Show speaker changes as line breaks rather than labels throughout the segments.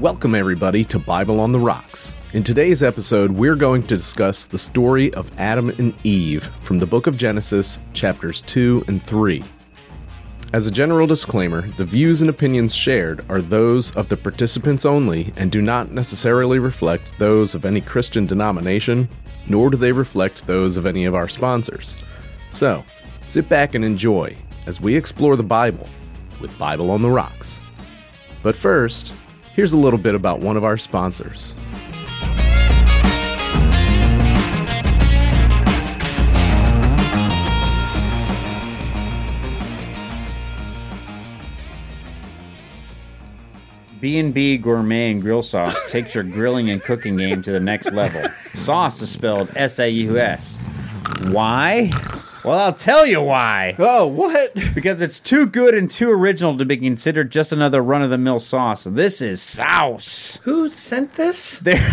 Welcome, everybody, to Bible on the Rocks. In today's episode, we're going to discuss the story of Adam and Eve from the book of Genesis, chapters 2 and 3. As a general disclaimer, the views and opinions shared are those of the participants only and do not necessarily reflect those of any Christian denomination, nor do they reflect those of any of our sponsors. So, sit back and enjoy as we explore the Bible with Bible on the Rocks. But first, here's a little bit about one of our sponsors.
B&B Gourmet and Grill Sauce takes your grilling and cooking game to the next level. Sauce is spelled S-A-U-S. Why? Well, I'll tell you why.
Oh, what?
Because it's too good and too original to be considered just another run-of-the-mill sauce. This is sauce.
Who sent this?
There,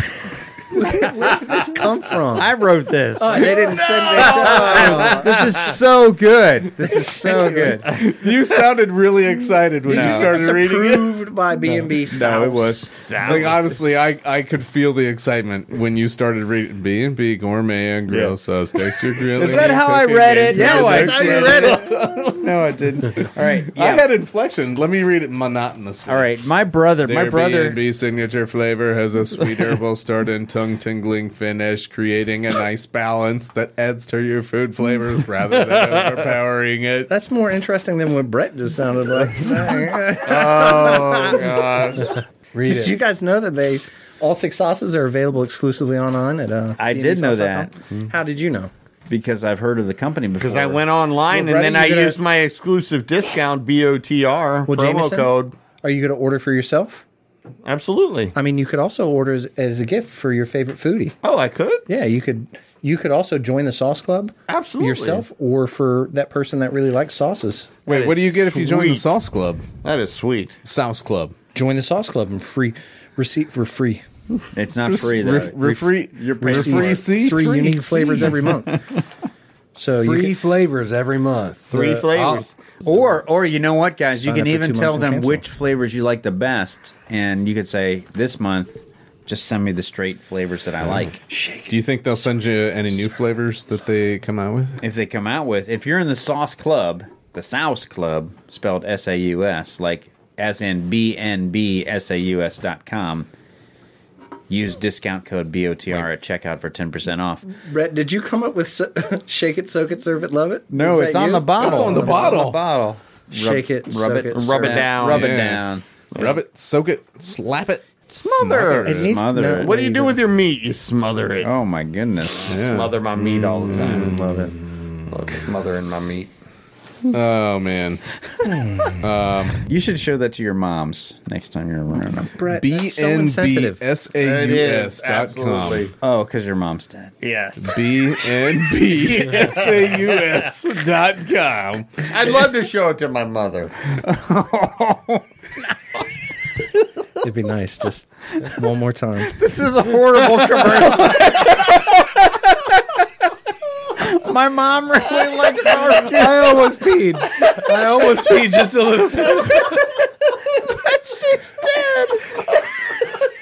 Where did this come from?
I wrote this.
Oh,
they didn't send this.
this is so good. This is so good.
You sounded really excited when you started reading it.
approved by B&B
No, it was. Like honestly, I, I could feel the excitement when you started reading B and B gourmet and grill
Yeah.
sauce. Texture grilling.
Is
and
that how I
cooking
read
and cooking.
it?
Yes,
No, I
that's how you read it.
No, I didn't. All right.
I had inflection. Let me read it monotonously.
All right. My brother,
Their
my brother.
B&B signature flavor has a sweet herbal start and tongue tingling finish, creating a nice balance that adds to your food flavors rather than overpowering it.
That's more interesting than what Brett just sounded like.
Oh god!
Read Did you guys know that they all six sauces are available exclusively online at uh,
I did know that.
BNBSauce.com? How did you know?
because I've heard of the company before.
Because I went online
Well, Brett,
and then
are you
I
gonna-
used my exclusive discount BOTR
Well,
promo
Jameson?
code.
Are you going to order for yourself?
Absolutely.
I mean, you could also order as, as a gift for your favorite foodie.
Oh, I could.
Yeah, you could. You could also join the sauce club
Absolutely.
yourself, or for that person that really likes sauces.
Wait, what do you get if you join the
Sweet.
Sauce Club?
That is sweet.
Sauce Club.
Join the sauce club and free receipt for free.
It's not free though.
Ref- refree-
You're paying
refree-
for it.
see?
three
Three
unique
see.
flavors every month. So you Uh,
Three
can,
flavors every month.
Three flavors.
Or, or you know what, guys? You
Sign
can
up for
even
two
tell
months and
them
cancel.
which flavors you like the best, and you could say, "This month, just send me the straight flavors that I
Mm.
like."
Do you think they'll send you any new flavors that they come out with?
If they come out with, if you're in the Sauce Club, the Sauce Club, spelled S A U S, like as in B N B S A U S dot com. Use discount code BOTR at checkout for ten percent off.
Brett, did you come up with so- shake it, soak it, serve it, love it? Is that you?
bottle.
It's on the bottle.
bottle.
Shake it,
rub
soak
it,
it,
rub
serve
it
it.
down, rub it
Yeah.
down.
Rub it, soak it, slap it.
Smother.
It needs-
Smother
no,
it.
What do you do with your meat? You smother it.
Oh my goodness.
Smother my meat all the time.
Love it.
Love smothering my meat.
Oh man.
You should show that to your moms next time you're around.
Brett,
B
that's so
N B
insensitive.
S A
It
U
is.
S dot com.
Absolutely.
Oh, because your mom's dead.
Yes.
B N B S A U S dot com.
I'd love to show it to my mother.
It'd be nice just one more time.
This is a horrible commercial.
My mom really likes
I almost peed. I almost peed just a little bit.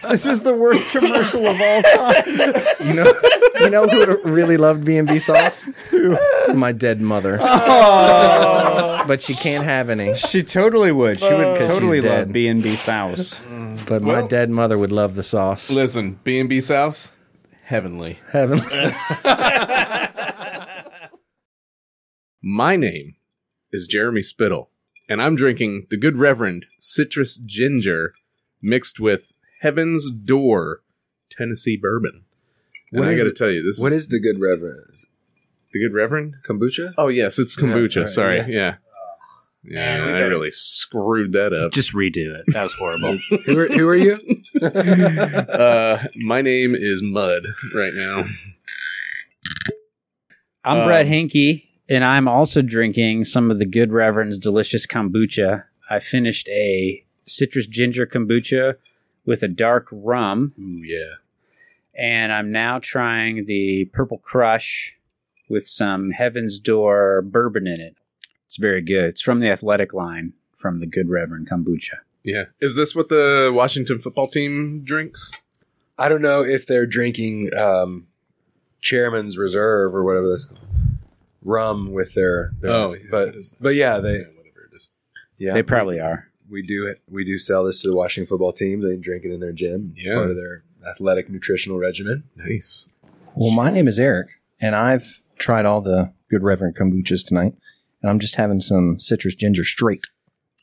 This is the worst commercial of all time.
You know, you know who would've really loved B and B sauce? My dead mother. but she can't have any.
She totally would. She would
'Cause she's
totally love
dead.
B and B sauce.
But my dead mother would love the sauce.
Listen, B and B South, heavenly.
Heaven.
My name is Jeremy Spittle, and I'm drinking the Good Reverend Citrus Ginger mixed with Heaven's Door Tennessee Bourbon. And
What
I
is
got to
it-
tell you, this
What
is
is the good reverend?
the Good Reverend.
Kombucha?
Oh yes, it's kombucha.
Yeah, right,
Sorry,
yeah.
yeah. Yeah, I really screwed that up.
Just redo it. That was horrible.
Who are, who are you?
uh, my name is Mud right now.
I'm
Um,
Brett Hinky, and I'm also drinking some of the Good Reverend's delicious kombucha. I finished a citrus ginger kombucha with a dark rum,
Ooh, yeah.
and I'm now trying the Purple Crush with some Heaven's Door bourbon in it. It's very good. It's from the Athletic line from the Good Reverend kombucha.
Yeah.
Is this what the Washington football team drinks?
I don't know if they're drinking um, Chairman's Reserve or whatever that's called. Rum with their, their
Oh, yeah,
but
that is-
but yeah they
whatever it is.
yeah
They probably are.
we do it. We do sell this to the Washington football team. They drink it in their gym.
Yeah.
part of their athletic nutritional regimen.
Nice.
Well, my name is Eric, and I've tried all the good Reverend kombuchas tonight, and I'm just having some citrus ginger straight,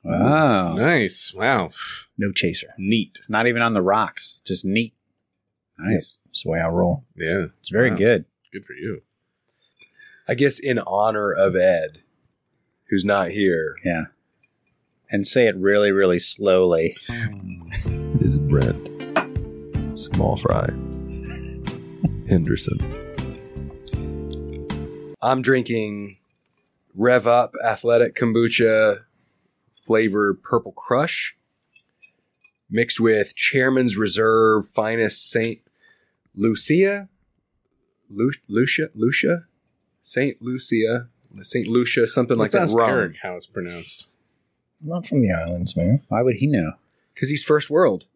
Oh,
Nice. Wow.
no chaser.
neat. Not even on the rocks. Just neat. Nice.
That's the way I roll.
Yeah.
It's very
Wow.
good.
Good for you.
I guess in honor of Ed, who's not here.
Yeah. And say it really, really slowly.
is Brent, Small Fry, Henderson.
I'm drinking Rev Up Athletic Kombucha flavored Purple Crush, mixed with Chairman's Reserve Finest Saint Lucia, Lu- Lucia, Lucia, Saint Lucia, Saint Lucia, something
Let's
like
ask
that. Rum,
Eric how it's pronounced.
I'm not from the islands, man.
Why would he know?
because he's first world,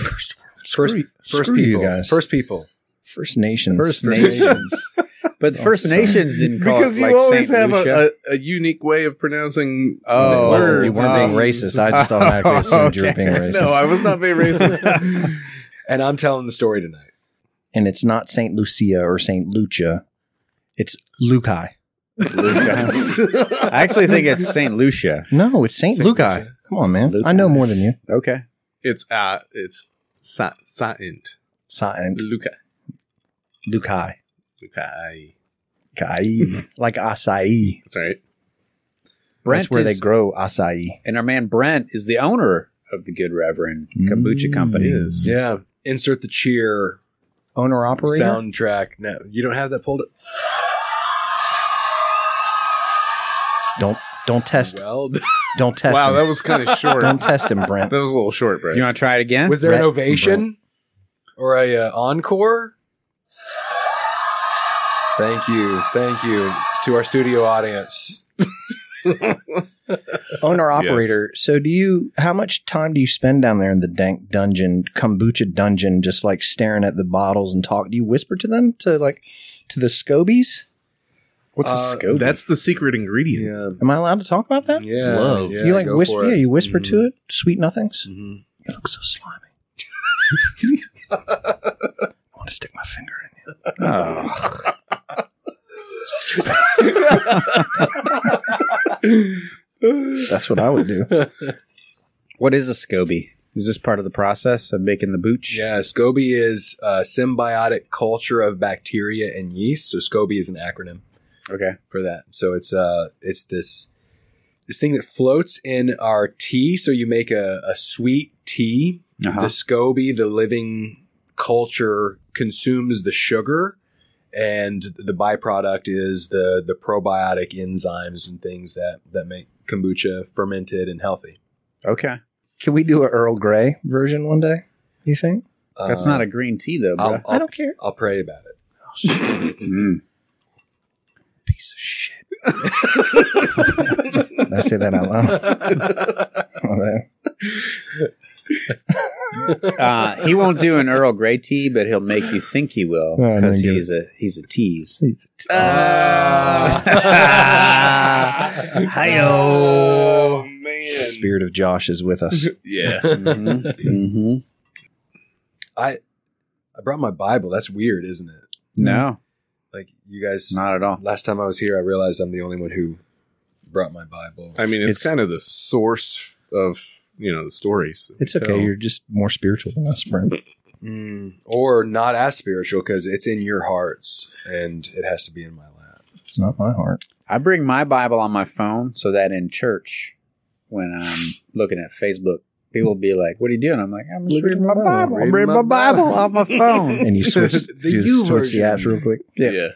first
Screw-
first
screw you
people,
guys.
first people.
First Nations.
First Nations. but the First
sorry.
Nations didn't call
Because
it
you
Oh, like
always
Saint
have
Lucia.
a, a, a unique way of pronouncing
Oh,
words.
you weren't being
Um,
racist. I just automatically assumed you were being
Okay.
racist.
No, I was not being racist.
And I'm telling the story tonight.
and it's not Saint Lucia or Saint Lucia. It's Lukai.
I actually think it's Saint Lucia.
No, it's Saint,
Saint
Lukai.
Lucia.
Come on, man. I
Lukai.
know more than you.
Okay.
it's uh it's sa saint.
Saint
Luca.
Lukai.
Luca.
Kai. like acai.
That's right.
Brent
That's where
is-
they grow acai.
And our man Brent is the owner of the Good Reverend Kombucha
Mm,
Company.
Yes.
Yeah, insert the cheer
Owner operator.
soundtrack. No, you don't have that pulled up.
Don't don't test.
Well,
Don't test.
Wow,
him.
that was kind of short.
don't
that
test him, Brent.
was a little short, Brett.
You want to try it again?
was there an
Brett-
ovation or a uh, encore? Thank you, thank you to our studio audience.
Owner operator. So do you? How much time do you spend down there in the dank dungeon, kombucha dungeon, just like staring at the bottles and talk? Do you whisper to them to like to the scobies?
What's
uh,
a scope?
That's the secret ingredient.
Yeah,
Am I allowed to talk about that?
yeah,
love.
yeah,
you like
go
whisper?
for
Yeah,
it.
you whisper to
Mhm.
it. Mm-hmm. Sweet nothings.
Mhm.
You look so slimy. I want to stick my finger in you. Ah. That's what I would do.
What is a SCOBY? Is this part of the process of making the booch?
Yeah, SCOBY is a symbiotic culture of bacteria and yeast. So SCOBY is an acronym.
Okay.
for that. So it's uh it's this this thing that floats in our tea. So you make a, a sweet tea.
Uh-huh.
The SCOBY, the living culture, consumes the sugar, and the byproduct is the the probiotic enzymes and things that that make kombucha fermented and healthy.
Okay.
Can we do a Earl Grey version one day? You think?
That's
Uh,
not a green tea, though, bro.
I'll, I'll, I will i will
don't care.
i will pray about it.
Mm.
Piece of shit. Did I say that out loud.
Uh, he won't do an Earl Grey tea, but he'll make you think he will
Oh, I didn't
because
get
he's a he's a tease.
He's-
Oh
the
man.
spirit of Josh is with us.
Yeah.
Mhm. Mhm.
I I brought my Bible. That's weird, isn't it?
No,
Like you guys
not at all.
Last time I was here, I realized I'm the only one who brought my Bible.
I mean, it's,
It's-
kind of the source of you know the stories. that we
It's okay.
tell.
You're just more spiritual than us, Brent.
Mm, or not as spiritual because it's in your hearts and it has to be in my lap.
It's not my heart.
I bring my Bible on my phone so that in church, when I'm looking at Facebook, people will be like, "What are you doing?" I'm like, "I'm just reading my Bible. I'm reading my Bible on my phone."
And you switch the,
you
switch the apps real quick.
yeah. yeah,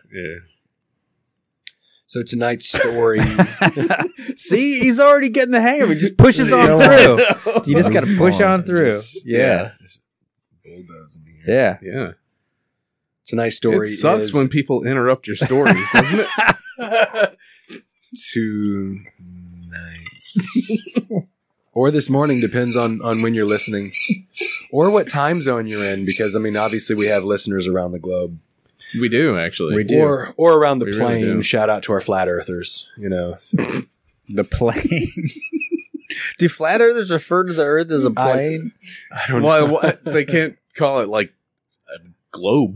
So tonight's story.
See, he's already getting the hang of it. Just pushes on through. You just got to push on through. Yeah,
bulldozing here.
yeah.
yeah.
Tonight's story
it sucks
is
when people interrupt your stories, doesn't it?
tonight's or this morning depends on on when you're listening, or what time zone you're in. Because I mean, obviously, we have listeners around the globe,
We do actually.
We do.
or or around the
We really
plane.
do.
Shout out to our flat earthers. You know,
The plane.
Do flat earthers refer to the Earth as a plane?
I don't
Why? why they can't call it like a globe,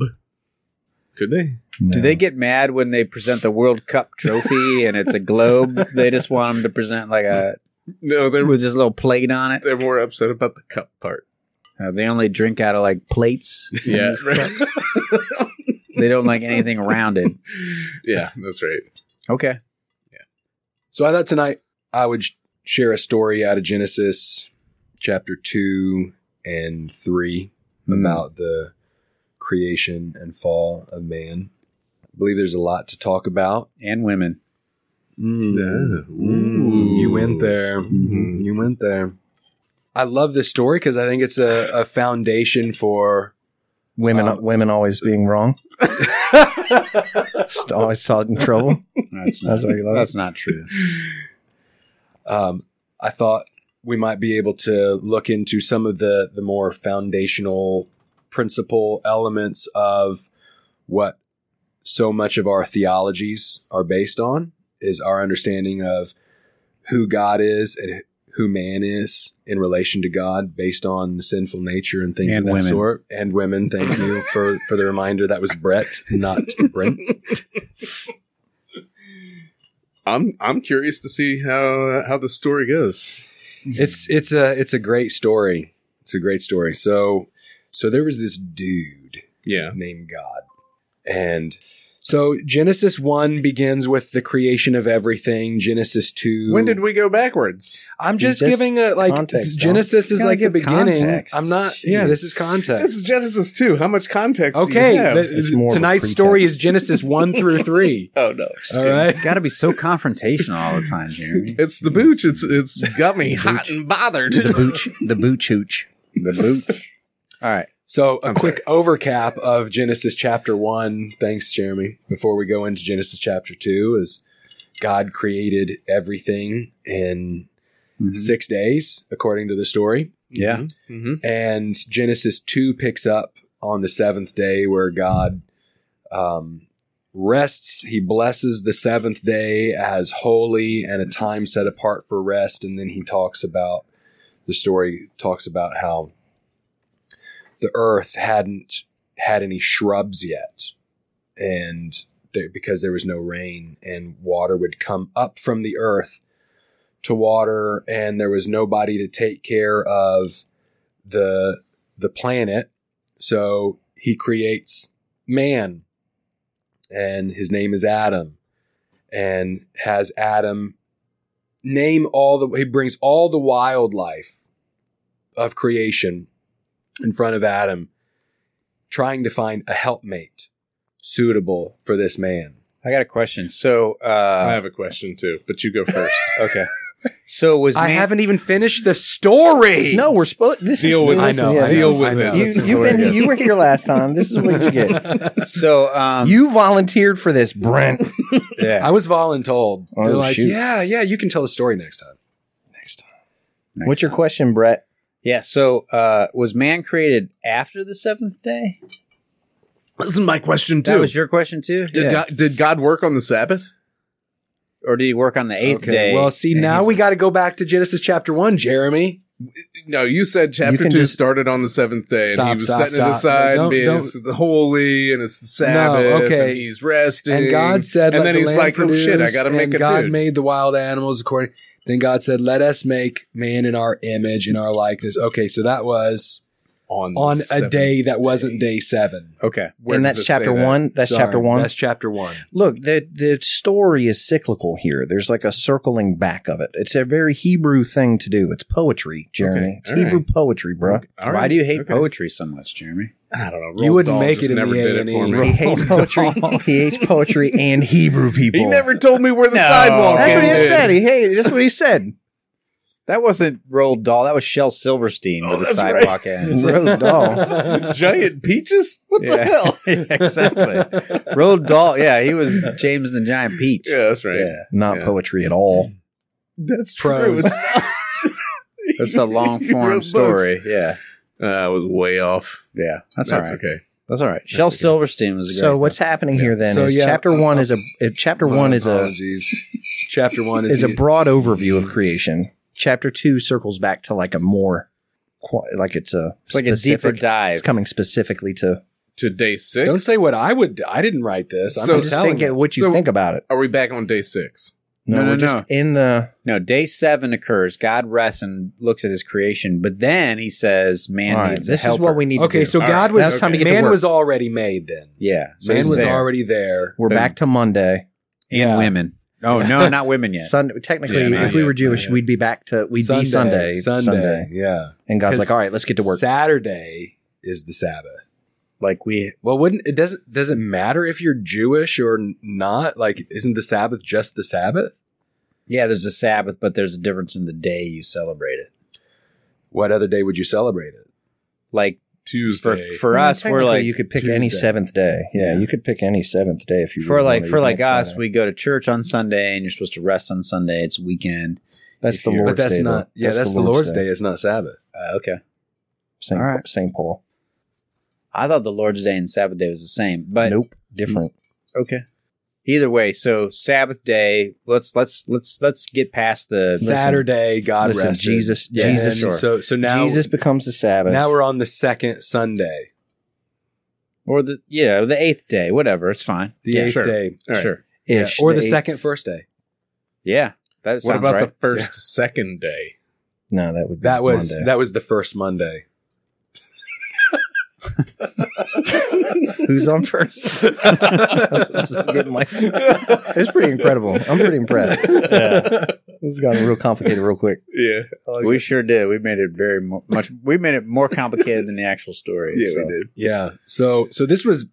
could they?
Do they get mad when they present the World Cup trophy and it's a globe? they just want them to present like a
No, they're
with just a little plate on it.
they're more upset about the cup part.
Uh, they only drink out of like plates.
Yeah,
They don't like anything rounded.
yeah, that's right.
Okay.
So I thought tonight I would sh- share a story out of Genesis chapter 2 and 3
Hmm.
about the creation and fall of man. I believe there's a lot to talk about.
And women.
Hmm.
Hmm. You went there. You went there. I love this story because I think it's a, a foundation for
Women,
Uh,
women always being wrong. Just always talking trouble.
That's not,
That's why you love
that's not true.
um, I thought we might be able to look into some of the the more foundational principle elements of what so much of our theologies are based on is our understanding of who God is and who man is in relation to God based on sinful nature and things
And
of that
women.
sort. And women, thank you for, for the reminder. That was Brett, not Brent.
I'm I'm curious to see how how the story goes.
it's it's a it's a great story. It's a great story. So so there was this dude
Yeah,
named God. And so Genesis 1 begins with the creation of everything. Genesis 2
when did we go backwards?
I'm just,
Just
giving a like
context,
Genesis is
Gotta
like the
give
beginning.
context.
I'm not Yeah,
Jeez.
this is context.
This is Genesis two. How much context? do
okay,
you have?
th-
It's more of a
tonight's
pretext.
story is Genesis 1 through 3.
oh no, just
All
kidding.
right.
Got to be so confrontational all the time, Jeremy.
It's the booch. It's it's got me hot and bothered.
The booch, the booch hooch.
The boot. All right.
So a quick overcap of Genesis chapter one. Thanks, Jeremy. Before we go into Genesis chapter two, is God created everything in
Mhm.
six days, according to the story.
Yeah.
Mhm.
And Genesis two picks up on the seventh day, where God um, rests. He blesses the seventh day as holy and a time set apart for rest. And then he talks about the story talks about how the earth hadn't had any shrubs yet and there, because there was no rain and water would come up from the earth to water and there was nobody to take care of the the planet so he creates man and his name is Adam and has Adam name all the he brings all the wildlife of creation in front of Adam trying to find a helpmate suitable for this man.
I got a question. So,
I
uh,
have a question too, but you go first.
Okay.
so was
I
man-
haven't even finished the story.
No, we're supposed. This
Deal
is,
with it.
listen,
I know,
yeah,
I
this
know,
Deal
is-
with
I know.
it.
You,
This is
you've
where
been.
it goes.
You were here last time. This is what you get.
so um
You volunteered for this, Brent.
I was voluntold.
Oh,
They're like,
shoot.
yeah, yeah, you can tell the story next time.
What's your question, Brett?
yeah, so uh was man created after the seventh day?
This is my question
That was your question too?
did,
Yeah.
God, did God work on the Sabbath?
or did he work on the eighth day?
Well, see,
And
now
he's-
we got to go back to Genesis chapter one, Jeremy.
No, you said
You
chapter
can
two
just-
started on the seventh day, and he
Stop,
was
stop,
setting
stop.
it aside.
Don't-
and being,
don't-
it's the holy, and it's the Sabbath.
okay.
and he's resting.
And God said,
and
"Let
then
the
he's
land
like, "Oh shit, I
produce,"
gotta make
and
a
God
dude."
made the wild animals according. Then God said, "Let us make man in our image, in our likeness." Okay, so that was
on
on
the
a
seventh-
day that wasn't day seven.
Okay, where
and
does
that's
it say
chapter
that?
one. That's
Sorry,
chapter one.
That's chapter one.
Look, the the story is cyclical here. There's like a circling back of it. It's a very Hebrew thing to do. It's poetry, Jeremy.
Okay,
It's
all right.
Hebrew poetry, bro.
All
Why
right,
do you hate
okay.
poetry so much, Jeremy?
I don't know.
You
Roald
wouldn't
Dahl
make
just
it in
never
the
did it for
A&E.
me.
He hates poetry. he hates poetry and Hebrew people.
He never told me where the
No.
sidewalk
That's what he
ended.
said. He hated. That's what he said.
That wasn't Roald Dahl. That was Shell Silverstein with the sidewalk ends.
Road doll.
Giant peaches? What the
Yeah.
hell?
exactly. Roald Dahl. Yeah, he was James the Giant Peach.
Yeah, that's right.
Yeah.
Not
Yeah.
poetry at all.
That's
Prose.
true.
That's a long
You wrote
form
books.
story. Yeah.
Uh, I was way off.
Yeah. That's,
That's
all right.
okay.
That's all right. Shel Silverstein was a great
So what's happening here then
So,
is
yeah,
chapter
uh,
one
uh,
is a uh, chapter one is a
apologies. Chapter one is,
is a broad overview of creation. Chapter two circles back to like a more qua- like it's a
it's like a deeper
specific-
dive.
It's coming specifically to.
To day six.
Don't say what I would. I didn't write this. I'm
So-
so
just think at what you
so-
think about it.
Are we back on day six?
No,
No, no,
we're just
no.
in the
No, day seven occurs. God rests and looks at his creation, but then he says, "Man
all right,
needs a
This is
helper."
what we need. to
okay,
do.
so
All
God
right,
was
now it's time to get to
man
work.
was already made then.
Yeah, so
man
he's
was
there.
already there.
we're back to Monday.
and
Yeah.
women. Oh no, not women yet.
Sunday. Technically,
Yeah,
if we
yeah,
were Jewish,
yeah.
we'd be back to we'd be Sunday.
Sunday, yeah.
And God's
'Cause
like, all right, let's get to work.
Saturday is the Sabbath.
like we,
Well, wouldn't it doesn't doesn't matter if you're Jewish or n- not? Like, isn't the Sabbath just the Sabbath?
yeah, there's a Sabbath, but there's a difference in the day you celebrate it.
What other day would you celebrate it?
Like for
Tuesday.
for
I mean,
us, we're
technically,
like
you could pick any
Tuesday.
seventh day. Yeah, you could pick any seventh day if you
for
really
like
wanted.
for
You
like
can't find
us,
it.
we go to church on Sunday, and you're supposed to rest on Sunday. It's weekend.
that's
if
the
you're-
Lord's
but that's
day. though.
not. Yeah, that's, the Lord's day. It's not Sabbath.
Uh, okay,
Saint
All right.
Saint Paul.
I thought the Lord's Day and Sabbath Day was the same, but
nope, different.
okay. Either way, so Sabbath day. Let's let's let's let's get past the
Saturday, God
Listen,
rested.
Jesus,
Yeah,
Jesus,
sure.
So so now
Jesus becomes the Sabbath.
now we're on the second Sunday,
or the yeah the eighth day, whatever. It's fine.
the
yeah,
eighth
sure.
day,
All right. Sure.
Yeah,
Ish,
or the,
eighth-
second first day.
Yeah, that
What
sounds
about
right.
the first second day?
No, that would be
That was
Monday.
that was the first Monday.
who's on first. That's what this is getting like. It's pretty incredible. I'm pretty impressed. This has gotten real complicated real quick.
Yeah.
we sure did. We made it very mo- much. We made it more complicated than the actual story.
Yeah,
so.
we did.
Yeah. So so this was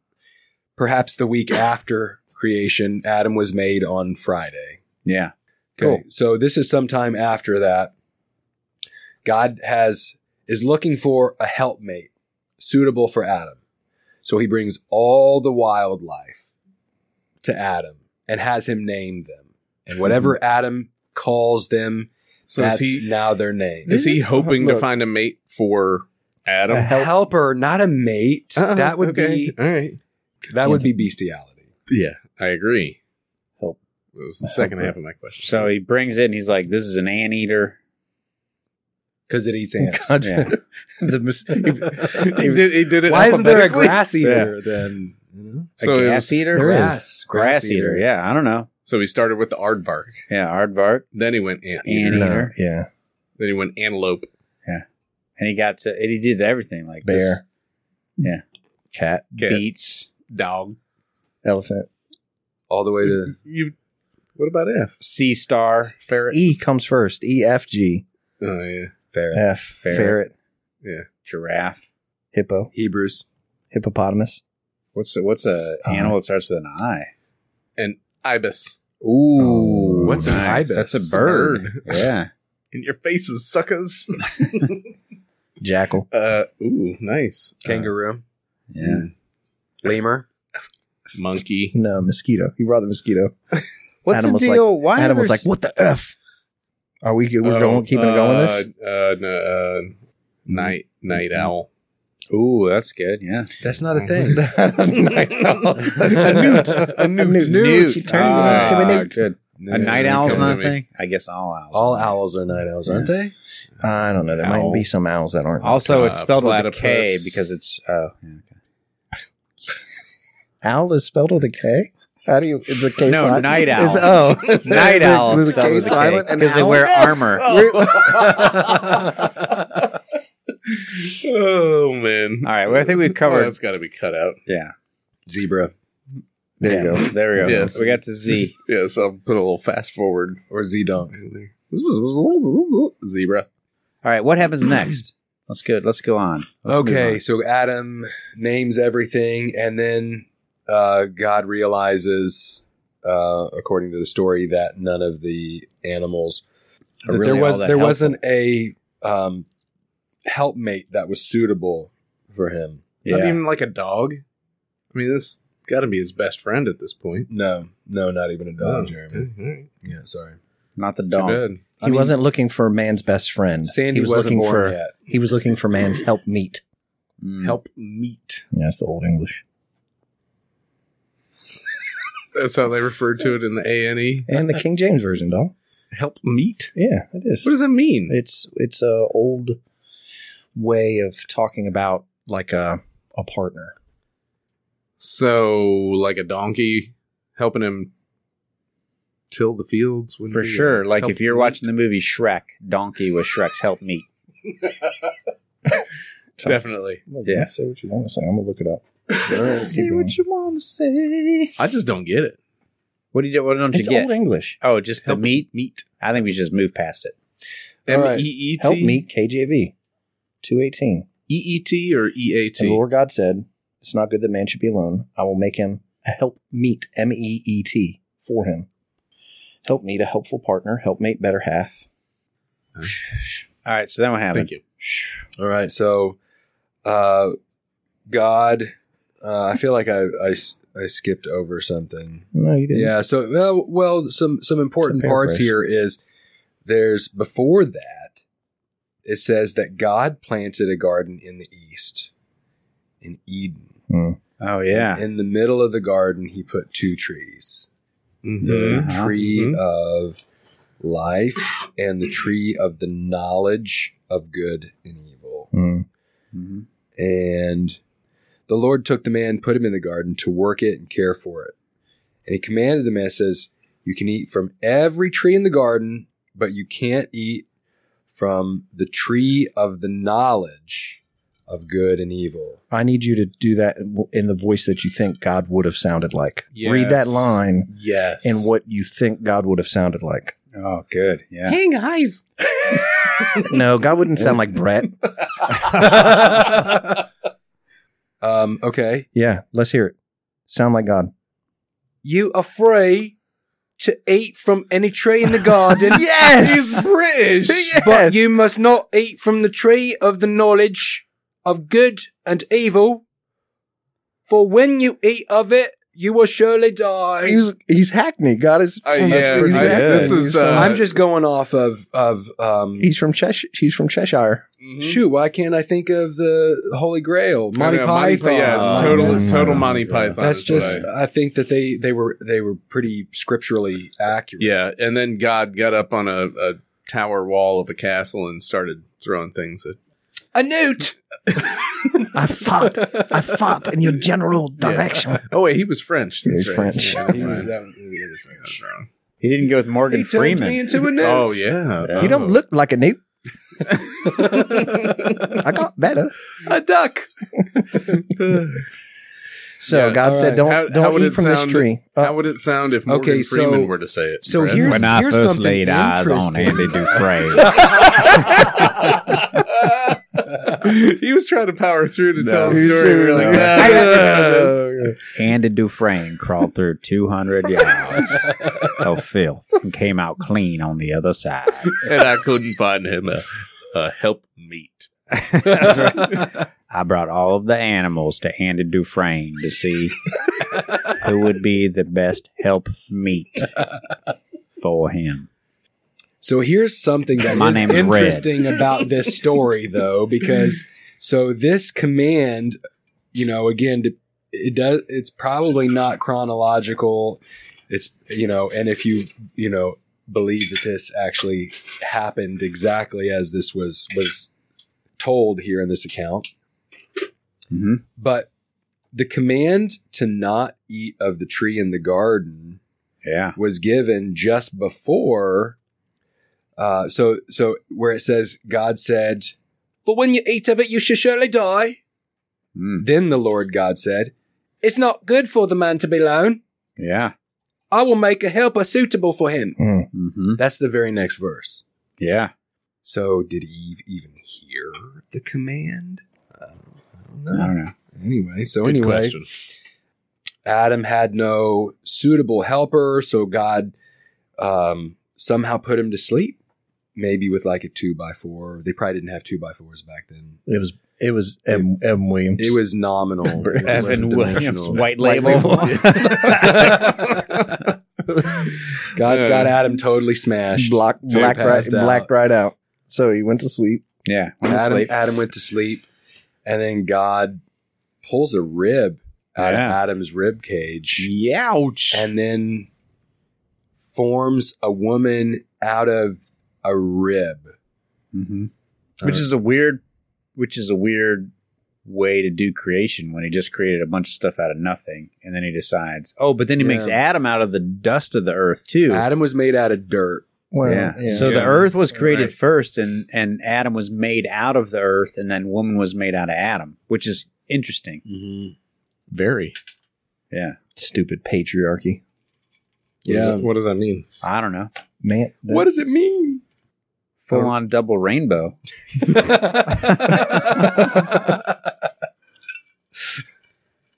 perhaps the week after creation. Adam was made on Friday.
Yeah.
Okay. So this is sometime after that. God has is looking for a helpmate suitable for Adam. So he brings all the wildlife to Adam and has him name them. And whatever Adam calls them,
Hmm. So
that's
is he
now their name.
is he hoping to
Look.
find a mate for Adam?
a helper, not a mate.
Uh-uh,
that would be
all right.
that would be bestiality.
Yeah, I agree.
Help.
It was the second half of my question.
So he brings it and he's like, This is an anteater.
Because it eats ants.
Yeah.
The mis-
he, did, he did it.
Why isn't there a
alphabetically.
grass eater then? You know?
So,
a
it
grass
was-
eater?
There is.
Grass,
Grass, eater. Yeah, I don't know.
so he started with the aardvark.
Yeah, aardvark.
Then he went ant
Anteater.
eater.
no, yeah,
Then he went antelope.
And he got to, and he did everything like this.
bear,
Yeah.
cat,
Cat.
Beats. Dog.
elephant.
All the way to
You. What about F?
Sea star.
Ferret.
E comes first. E F G
Oh yeah.
ferret.
F
Ferret.
ferret
Giraffe.
hippo
Hebrews.
hippopotamus.
What's a, what's a
Uh,
animal that starts with an I?
And ibis.
Ooh.
What's an ibis?
That's a bird. yeah.
In your faces, suckers.
Jackal.
uh. Ooh, nice. Uh,
Kangaroo.
Yeah.
Lemur.
monkey.
No mosquito. He brought the mosquito.
What's
Adam was
the
like-
deal? Why
Adam was
there's-
like, "What the f? Are we we're
Oh,
going keeping
uh,
going with this?
Uh, no, uh, night night owl.
Ooh, that's good. Yeah.
That's not a thing.
a newt. A newt.
Newt. She turned us to a
Ah,
newt.
good.
No,
A night
you
owl's
come
not a
to me.
thing? I guess all owls.
All owls are night owls, aren't they?
I don't know. There
Owl.
might be some owls that aren't.
Also, it's
Uh,
spelled with a K
platypus.
because it's. Oh, yeah.
owl is spelled with a K. How do you? Is the K
No,
silent?
night owl.
Is- oh,
Night owl
Is the
spelled
K
with a K,
silent? and
'cause they
owl?
wear armor.
Oh man!
All right, well, I think we've
Oh,
covered.
that's got to be cut out.
yeah,
Zebra
There you go.
there we go.
Yes.
We got to Z.
Yes, I'll put a little fast forward.
or Z dunk.
Zebra.
All right, what happens next? Let's go. Let's go on. Let's move
Okay,
on.
so Adam names everything, and then uh, God realizes, uh, according to the story, that none of the animals
Are
that
really
there
all
was
that
there wasn't a um, helpmate that was suitable for him.
Not
Yeah.
even like a dog. I mean, this got to be his best friend at this point.
No, no, not even a dog,
Oh,
Jeremy.
okay, all right.
Yeah, sorry.
Not the
It's too
dog.
good.
He wasn't looking for man's best friend.
Sandy
he was
wasn't
looking
born
for
yet.
he was looking for man's help meet.
Mm.
Help meet.
Yeah, that's the old English.
That's how they referred to it in the A and E.
And the King James version, dog.
Help meet?
Yeah, it is.
What does that mean?
It's it's a old way of talking about like
uh,
a a partner.
So, like a donkey helping him till the fields wouldn't
For
be a
sure. Like
help
if you're
meet.
watching the movie Shrek, Donkey was Shrek's help meet.
definitely.
Yeah, say what you want to say. I'm gonna look it up. Keep going.
you want to say.
I just don't get it.
What do you? What don't you
It's
get?
old English.
Oh, just the
Help
meat.
meat.
I think we should just move past it.
M
right.
E E T.
Help meet KJV, two eighteen.
E E T or E A
And the
T.
Lord God said, "It's not good that man should be alone. I will make him a help meet, M E E T, for him. Help meet a helpful partner, helpmate, better half."
All right, so that one happened.
Thank you.
All right. So, uh, God, uh, I feel like I, I s- I skipped over something.
No, you didn't.
Yeah. So, well, well some, some important
It's a
parts
paraphrase.
here is there's before that, it says that God planted a garden in the east, in Eden.
Oh yeah,
In the middle of the garden, he put two trees the
Mhm.
tree
Mhm.
of life and the tree of the knowledge of good and evil. Mm-hmm.
Mm.
Mhm.
And the Lord took the man, put him in the garden to work it and care for it. And he commanded the man, says, You can eat from every tree in the garden, but you can't eat from the tree of the knowledge of good and evil.
I need you to do that w- in the voice that you think God would have sounded like. Read that
Yes.
line
Yes.
in what you think God would have sounded like.
Oh good. Yeah.
Hey guys.
No, God wouldn't sound like Brett.
Um, okay.
Yeah, let's hear it. Sound like God.
You are free to eat from any tree in the garden.
He's British.
But you must not eat from the tree of the knowledge of good and evil, for when you eat of it, you will surely die.
He's he's Hackney. God is.
Uh,
from-
yeah,
he's
I-
Hackney.
this is,
He's from-
uh,
I'm just going off of of um.
he's from Cheshire. He's from Cheshire.
mm-hmm.
Shoot, why can't I think of the Holy Grail, Monty
I know,
Python?
Yeah, it's
Oh,
total.
yeah.
It's total Monty Python.
That's
is what
just.
I-
I think that they they were they were pretty scripturally accurate.
yeah, and then God got up on a, a tower wall of a castle and started throwing things at.
A newt.
I fought. I fought in your general direction.
Oh wait, he was French. That's
He's
right.
French.
Yeah,
He was that-
That's wrong.
He didn't go with Morgan
He turned
Freeman.
me into a newt.
Oh yeah.
You don't look like a newt.
look.
I got better.
a duck.
So
Yeah,
God
all
said,
right.
"Don't
How-
don't
how would
eat
it
from this
sound-
tree." Uh,
How would it sound if Morgan
Okay, so-
Freeman were to say it?
so
Brett?
here's-
when I
Here's
first
something
laid eyes on Andy
interesting.
Dufresne,
he was trying to power through to
No.
tell a
He
story. We were like, "Nah, we don't know this."
Andy Dufresne crawled through 200 yards of filth and came out clean on the other side.
and I couldn't find him a, a help meet.
I brought all of the animals to Andy Dufresne to see who would be the best help meet for him.
So here's something that
My
is
name's Red.
interesting about this story, though, because so this command, you know, again, to- it does. It's probably not chronological. It's you know, and if you you know believe that this actually happened exactly as this was was told here in this account,
Mhm.
but the command to not eat of the tree in the garden
Yeah.
was given just before. Uh, so so where it says God said, "For when you eat of it, you shall surely die."
Mm.
Then the Lord God said, "It's not good for the man to be alone.
Yeah.
I will make a helper suitable for him."
Mm.
hmm
That's the very next verse.
Yeah.
So did Eve even hear the command?
I don't know.
Anyway, so
Good
anyway,
question.
Adam had no suitable helper, so God um, somehow put him to sleep, maybe with like a two by four. They probably didn't have two by fours back then.
It was it was Evan, Evan Williams.
It was nominal. It wasn't dimensional.
label.
Got
Yeah.
got Adam totally smashed.
Black,
Dude
black, right,
passed out.
blacked right out. So he went to sleep.
Yeah. went to
Adam,
sleep.
Adam went to sleep, and then God pulls a rib out of
Yeah.
Adam's rib cage.
Youch.
and then forms a woman out of a rib.
Mm-hmm. which is a weird, which is a weird way to do creation when he just created a bunch of stuff out of nothing and then he decides, oh, but then he makes
Yeah.
Adam out of the dust of the earth too.
Adam was made out of dirt.
Well,
yeah. So the
Yeah.
earth was created
Right.
first and and Adam was made out of the earth and then woman was made out of Adam, which is interesting.
Mm.
Very.
Yeah.
stupid patriarchy.
What does
Yeah.
that- what does that mean?
I don't know.
Man,
What does it mean?
Full on double rainbow.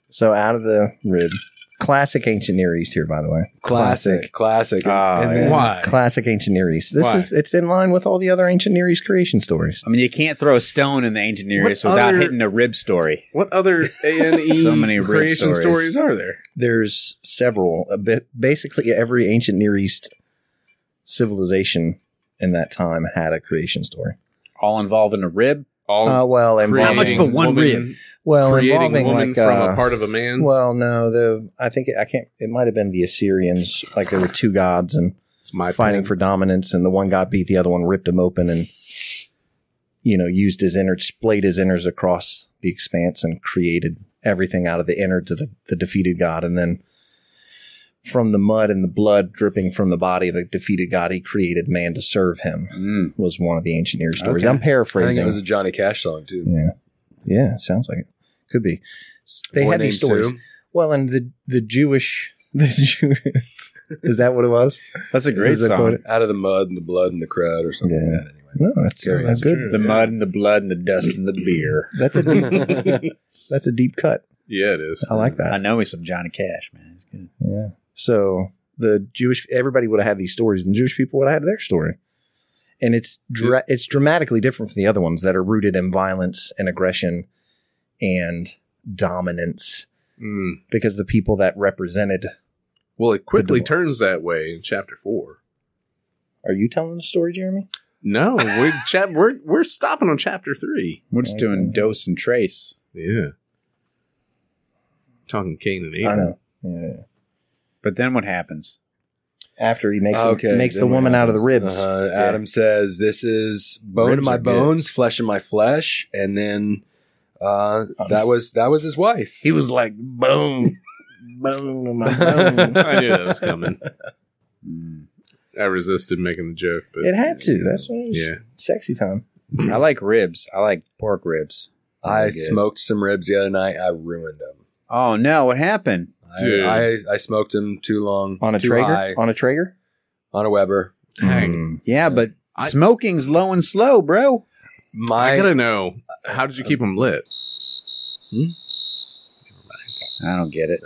So out of the rib. Classic ancient Near East here, by the way.
Classic, classic.
Ah,
And then-
Why?
Classic ancient Near East. This
Why?
is it's in line with all the other ancient Near East creation stories.
I mean, you can't throw a stone in the ancient Near
What
East without
other-
hitting a rib story.
What other A&E
E
So many rib
creation stories.
stories.
are there?
There's several, a bit basically every ancient Near East civilization in that time had a creation story.
All involved in a rib.
All
Uh, well, involving,
How much for
creating
one
woman-
well,
creating
involving
woman
like
from
uh,
a part of a man.
well, no, the I think I can't. It might have been the Assyrians. Like there were two gods, and
it's my
fighting for dominance, and the one guy beat the other one, ripped him open, and you know used his innards, splayed his innards across the expanse, and created everything out of the innards of the, the defeated god. And then from the mud and the blood dripping from the body of the defeated god, he created man to serve him.
Mm.
Was one of the ancient ear stories.
Okay.
I'm
I think
paraphrasing.
it was a Johnny Cash song too.
yeah, yeah, sounds like it. Could be. They
Boy
had these
named
stories.
Sue.
Well, and the the Jewish the Jew, is that what it was?
That's a great
Is it
song.
quote?
out of the mud and the blood and the crud or something
Yeah.
like that. Anyway,
No, that's, uh,
Yeah,
that's
that's
good.
The mud and the blood and the dust and the beer.
That's a deep, that's a deep cut.
Yeah, it is.
I like
I
that.
know me some Johnny Cash, man. It's good.
Yeah. So the Jewish everybody would have had these stories, and the Jewish people would have had their story. And it's dra- it's dramatically different from the other ones that are rooted in violence and aggression and dominance
Mm.
because the people that represented.
Well, it quickly
divorce.
turns that way in chapter four.
Are you telling the story, Jeremy?
No, we chap- we're we're stopping on chapter three.
We're just doing dose and trace.
Yeah, talking Cain and Abel.
I know. Yeah.
But then what happens?
After he makes
Okay,
makes the
then what
woman out of the
happens?
ribs.
Uh-huh. Adam says, "This is bone
Ribs
of my
are good.
bones, flesh of my flesh," and then uh, that was that was his wife.
He was like bone, bone on my bone.
I knew that was coming.
Mm.
I resisted making the joke, but
It had to. That's what it was.
yeah.
Sexy time.
I like ribs. I like pork ribs.
I
Really good.
smoked some ribs the other night. I ruined them.
Oh no! What happened?
Dude.
I, I I smoked them too long
On a
too
Traeger?
high,
On a Traeger?
on a Weber.
Dang,
Yeah, but
I-
smoking's low and slow, bro.
I,
My
gotta know how
Uh,
did you keep them lit?
I don't get it.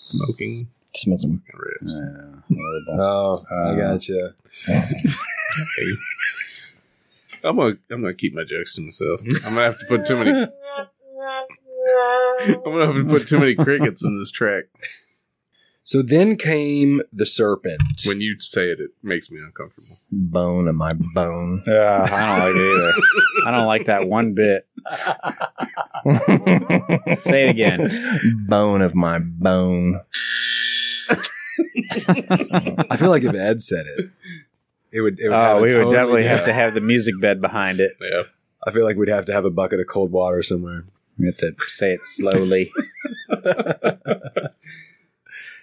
Smoking
Smells them.
ribs.
Uh, horrible.
oh, I
Uh,
gotcha.
I'm gonna I'm gonna keep my jokes to myself. I'm gonna have to put too many. I'm gonna have to put too many crickets in this track.
So then came the serpent.
When you say it, it makes me uncomfortable.
Bone of my bone.
Ugh, Uh, I don't like it either. I don't like that one bit. Say it again.
bone of my bone.
I feel like if Ed said it, it would. It would have
Oh,
a
we would
totally
definitely have to
different-
have the music bed behind it.
Yeah.
I feel like we'd have to have a bucket of cold water somewhere
We have to say it slowly.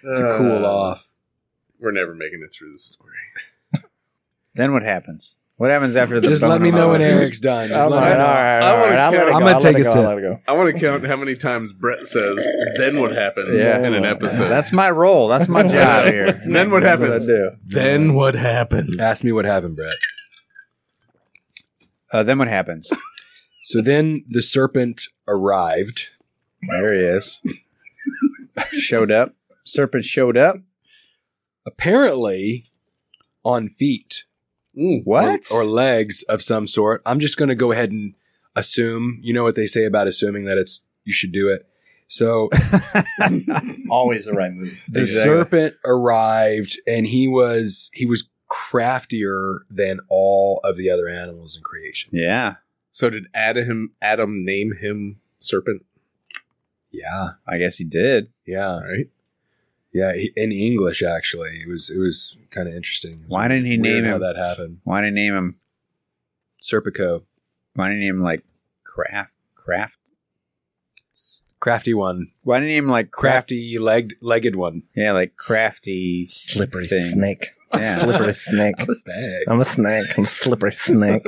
to cool
Uh,
off.
We're never making it through the story.
then what happens? What happens after the Oh
Just let
bone
me
of
know
my
when
bone?
Eric's done. Just let me know.
right,
I wanna
I'll let it
count-
go,
I'm gonna
I'll
take
let it
a
go, I'll
sip.
let it go.
I want to count how many times Brett says, then what happens
Yeah.
in an episode.
That's my role. That's my job here.
then what
That's what
happens.
I do.
Then what happens.
Ask me what happened, Brett.
Uh, then what happens?
So then the serpent arrived.
There he is. showed up. Serpent showed up.
apparently on feet
What?
or legs of some sort. I'm just going to go ahead and assume. You know what they say about assuming that it's you should do it. So
Always the right move.
the serpent arrived and he was he was craftier than all of the other animals in creation.
Yeah,
So did Adam Adam name him serpent?
Yeah.
I guess he did.
Yeah.
Right.
Yeah, he- in English actually. It was it was kind of interesting.
Why didn't he
Weird
name
how
him?
that happened.
Why didn't he name him?
Serpico.
Why didn't he name him like Craft? Craft?
Crafty one.
Why didn't he name him like Craft?
Crafty legged legged one.
Yeah, like crafty.
Slippery
Thing.
snake.
Yeah.
Slippery snake.
a snake.
I'm a snake. I'm a slippery snake.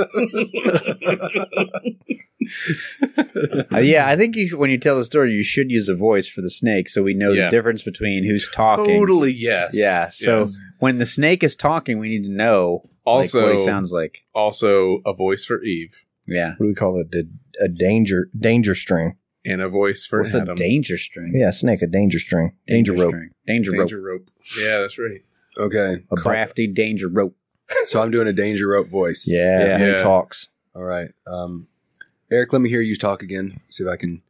Uh, yeah, I think you should, when you tell the story, you should use a voice for the snake so we know
Yeah.
the difference between who's talking.
Totally yes.
Yeah. So
Yes.
when the snake is talking, we need to know like,
also
what he sounds like.
also a voice for Eve
Yeah.
What do we call it? A, a danger danger string.
and a voice for
What's
Adam.
a danger string?
Yeah, a snake. A danger string. Danger, rope.
string. Danger, rope.
Danger rope. Yeah, that's right.
Okay.
A bu-
Crafty danger rope.
So I'm doing a danger rope voice.
Yeah,
Yeah.
When
Yeah.
he talks.
All right. Um Eric, let me hear you talk again. See if I can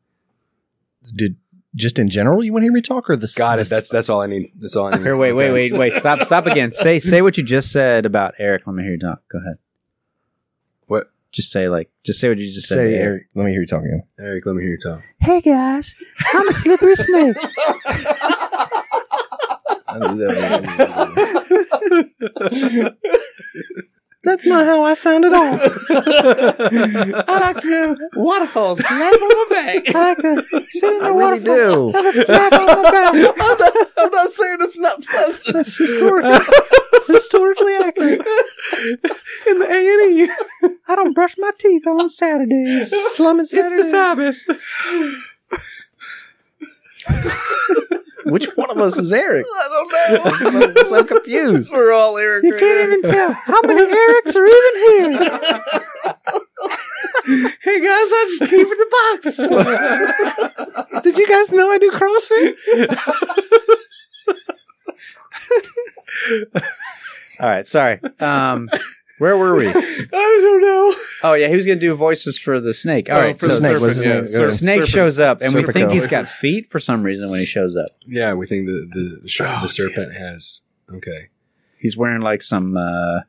Did just in general you want to hear me talk or the
Got
the-
it. That's that's all I need. That's all I need.
Here, wait, wait, wait, wait. Stop, stop again. Say, say what you just said about Eric. Let me hear you talk. Go ahead.
What?
Just say like, just say what you just said.
say
to
Eric. Let me hear you talk again.
Eric, let me hear you talk.
Hey guys, I'm a slippery snake.
I knew that.
That's not how I sound at all. I like to
Waterfalls, not on my back.
I like to sit in the
I really
waterfall,
do.
have a snack on my back.
I'm not, I'm not saying it's not pleasant.
That's historically, that's historically accurate. In the A and E, I don't brush my teeth on Saturdays. Slumming Saturdays. It's the Sabbath.
Which one of us is Eric?
I don't know.
I'm so confused.
We're all Eric.
You can't even tell how many Erics are even here. hey guys, I just came from the box. Did you guys know I do CrossFit?
Eric. All right. Sorry. Um, where were we?
I don't know.
Oh yeah, he was gonna do voices for the snake. All
Oh,
right.
for the
so
snake, what's his
serpent,
name?
yeah.
the snake
Serpent.
shows up, and we think
Serpico.
he's got feet for some reason when he shows up.
Yeah, we think the the, the, ser- the serpent has okay.
He's wearing like some. uh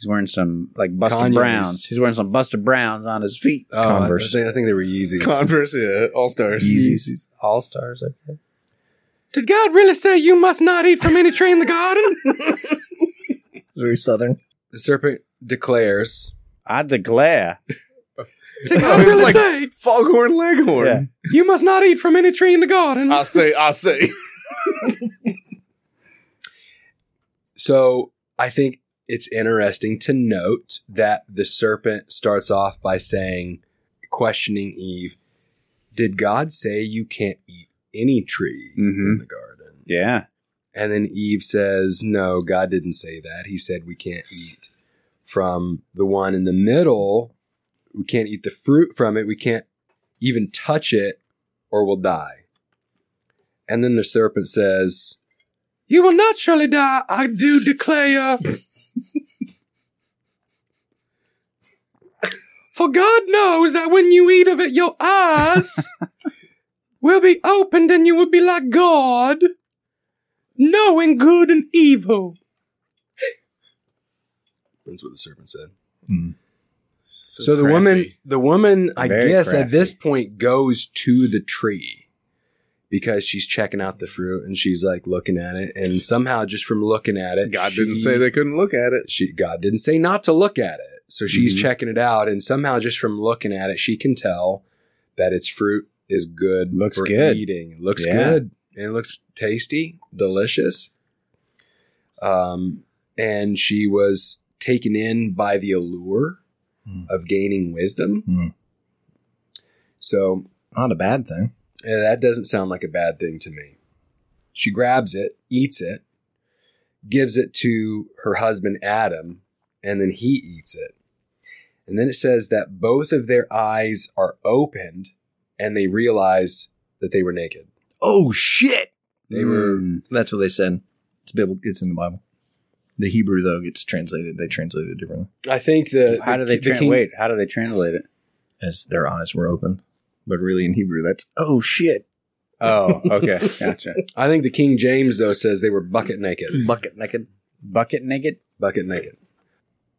He's wearing some like Buster
Kanye's.
Browns. He's wearing some Buster Browns on his feet.
Oh, I-
Converse.
I think, I think they were Yeezys.
Converse, yeah, all stars.
All stars. Okay.
Did God really say you must not eat from any tree in the garden?
It's very southern.
the serpent declares,
I declare.
Did God
It's
really
like-
say
Foghorn Leghorn.
Yeah.
you must not eat from any tree in the garden?
I say, I say.
"So I think it's interesting to note that the serpent starts off by saying, questioning Eve, did God say you can't eat any tree in
Mm-hmm.
Mhm.
the garden?"
Yeah.
And then Eve says, No, God didn't say that. He said we can't eat from the one in the middle. We can't eat the fruit from it. We can't even touch it or we'll die. And then the serpent says, You will not surely die. I do declare. For God knows that when you eat of it, your eyes will be opened and you will be like God knowing good and evil. That's what the serpent said. So, the woman, the woman, I
Hmm. Very
guess at
crafty.
this point goes to the tree because she's checking out the fruit and she's like looking at it, and somehow just from looking at it,
God
she-
didn't say they couldn't look at it.
She God didn't say not to look at it, so she's
Mm-hmm.
Mhm.
checking it out, and somehow just from looking at it, she can tell that its fruit is good.
Looks good.
Eating it looks
Yeah.
good. It looks tasty, delicious. Um, and she was taken in by the allure
Mm.
of gaining wisdom.
Mm.
So
Not a bad thing.
eh, that doesn't sound like a bad thing to me. She grabs it, eats it, gives it to her husband Adam, and then he eats it. And then it says that both of their eyes are opened and they realized that they were naked.
Oh shit!
They were
Hmm.
That's what they said. It's biblical. It's in the Bible. The Hebrew though gets translated. They translate it differently.
I think the
How do
the-
they
the
tra-
king-
wait? How do they translate it?
As their eyes were open, but really in Hebrew, that's oh shit.
Oh, okay. Gotcha.
I think the King James though says they were bucket naked.
Hmm.
Bucket naked.
Bucket naked?
Bucket naked.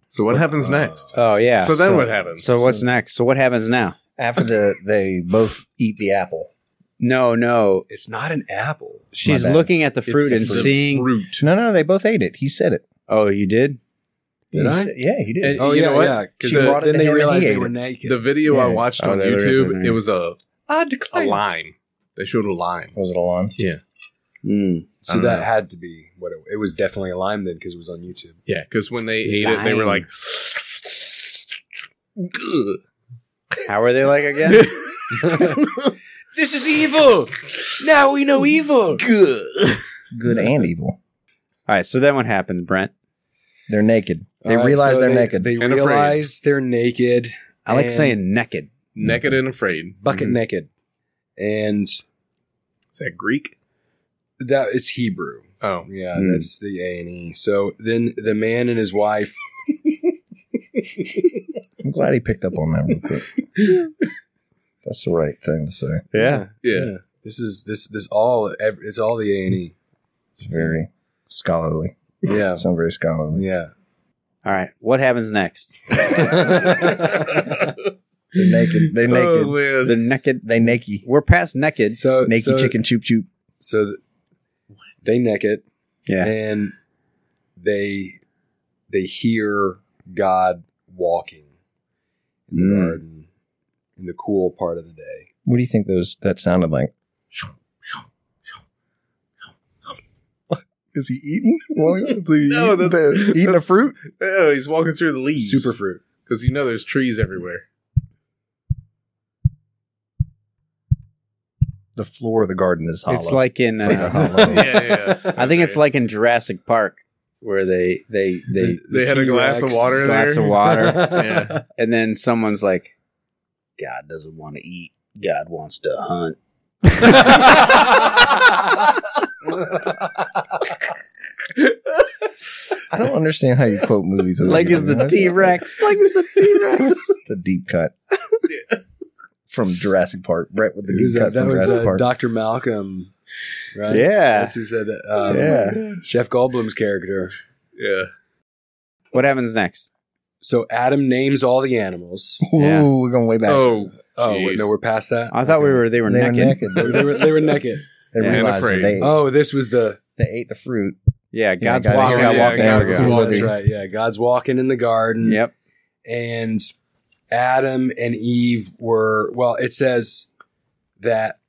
So what happens next?
Oh, yeah.
So then what happens?
So what's next? So what happens now?
After the, they both eat the apple.
No, no.
It's not an apple.
She's
bad.
looking at the fruit and seeing.
fruit.
No, no, they both ate it. He said it.
Oh, you did?
he
I?
Said, yeah, he did.
Oh, you know what?
Because
She brought it
then
to him
they
and
realized
he
they
ate
were
it.
naked.
The video I
Yeah.
watched
Oh,
on
there is a
YouTube,
name.
it was a a lime. They showed a lime.
was it a line?
Mm.
I
so
don't
that
know.
had to be what it, it was. Definitely a lime then because it was on YouTube.
Yeah, because when they ate it, they were like,
Lime. How are they like again?
This is evil. now we know evil.
Good and evil.
All right. So then what happens, Brent?
They're naked. They realize they're naked.
They
And afraid.
realize they're naked.
I like
and
saying naked.
naked and afraid.
bucket naked, and
Is that Greek?
that it's Hebrew.
Oh,
Yeah,
Hmm.
that's the A and E. So then the man and his wife.
I'm glad he picked up on that real quick. That's the right thing to say.
Yeah.
yeah.
This is this this all ev- it's all the A and E.
Very scholarly.
Yeah,
Sound very scholarly.
yeah.
All right. What happens next?
They're naked. They're naked.
The naked.
they naked.
We're past naked.
So
Naked
so,
chicken choop choop.
So th- they naked
Yeah.
and they they hear God walking in the
Mm.
garden in the cool part of the day.
What do you think those that sounded like? Is he eating? Well, is he
No,
eating,
that's-
the- eating a
that's-
fruit?
Oh, he's walking through the leaves.
Super fruit.
Because you know there's trees everywhere.
The floor of the garden is hollow.
It's like in.
It's like a
Uh,
hollow.
Yeah, yeah. yeah.
I think it's like in Jurassic Park where they they they
They had a glass of
T-Rex,
water in
glass
there.
of water
yeah.
and then someone's like, God doesn't want to eat. God wants to hunt.
I don't understand how you quote movies. over
Like
here,
is the
man.
T Rex. Like is the T Rex.
the deep cut from Jurassic Park. Brett with the
Who's
deep
that?
cut
That
from
was
Jurassic
uh,
Park.
Dr. Malcolm, right?
Yeah.
That's who said that. Um,
Yeah.
Jeff Goldblum's character.
Yeah.
What happens next?
So Adam names all the animals.
Ooh,
yeah.
we're going way back.
Oh,
Oh, wait,
Jeez.
no, we're past that.
I thought we were they were
they
naked.
were naked. They,
they, were, they were naked.
they
Yeah.
realized
And
that they,
Oh, this was the.
they ate the fruit.
Yeah,
Yeah,
God's
God-
walking.
God
Yeah,
walking.
there we
Yeah.
go.
Oh, that's
Living.
right. Yeah, God's walking in the garden.
Yep.
and Adam and Eve were well, it says that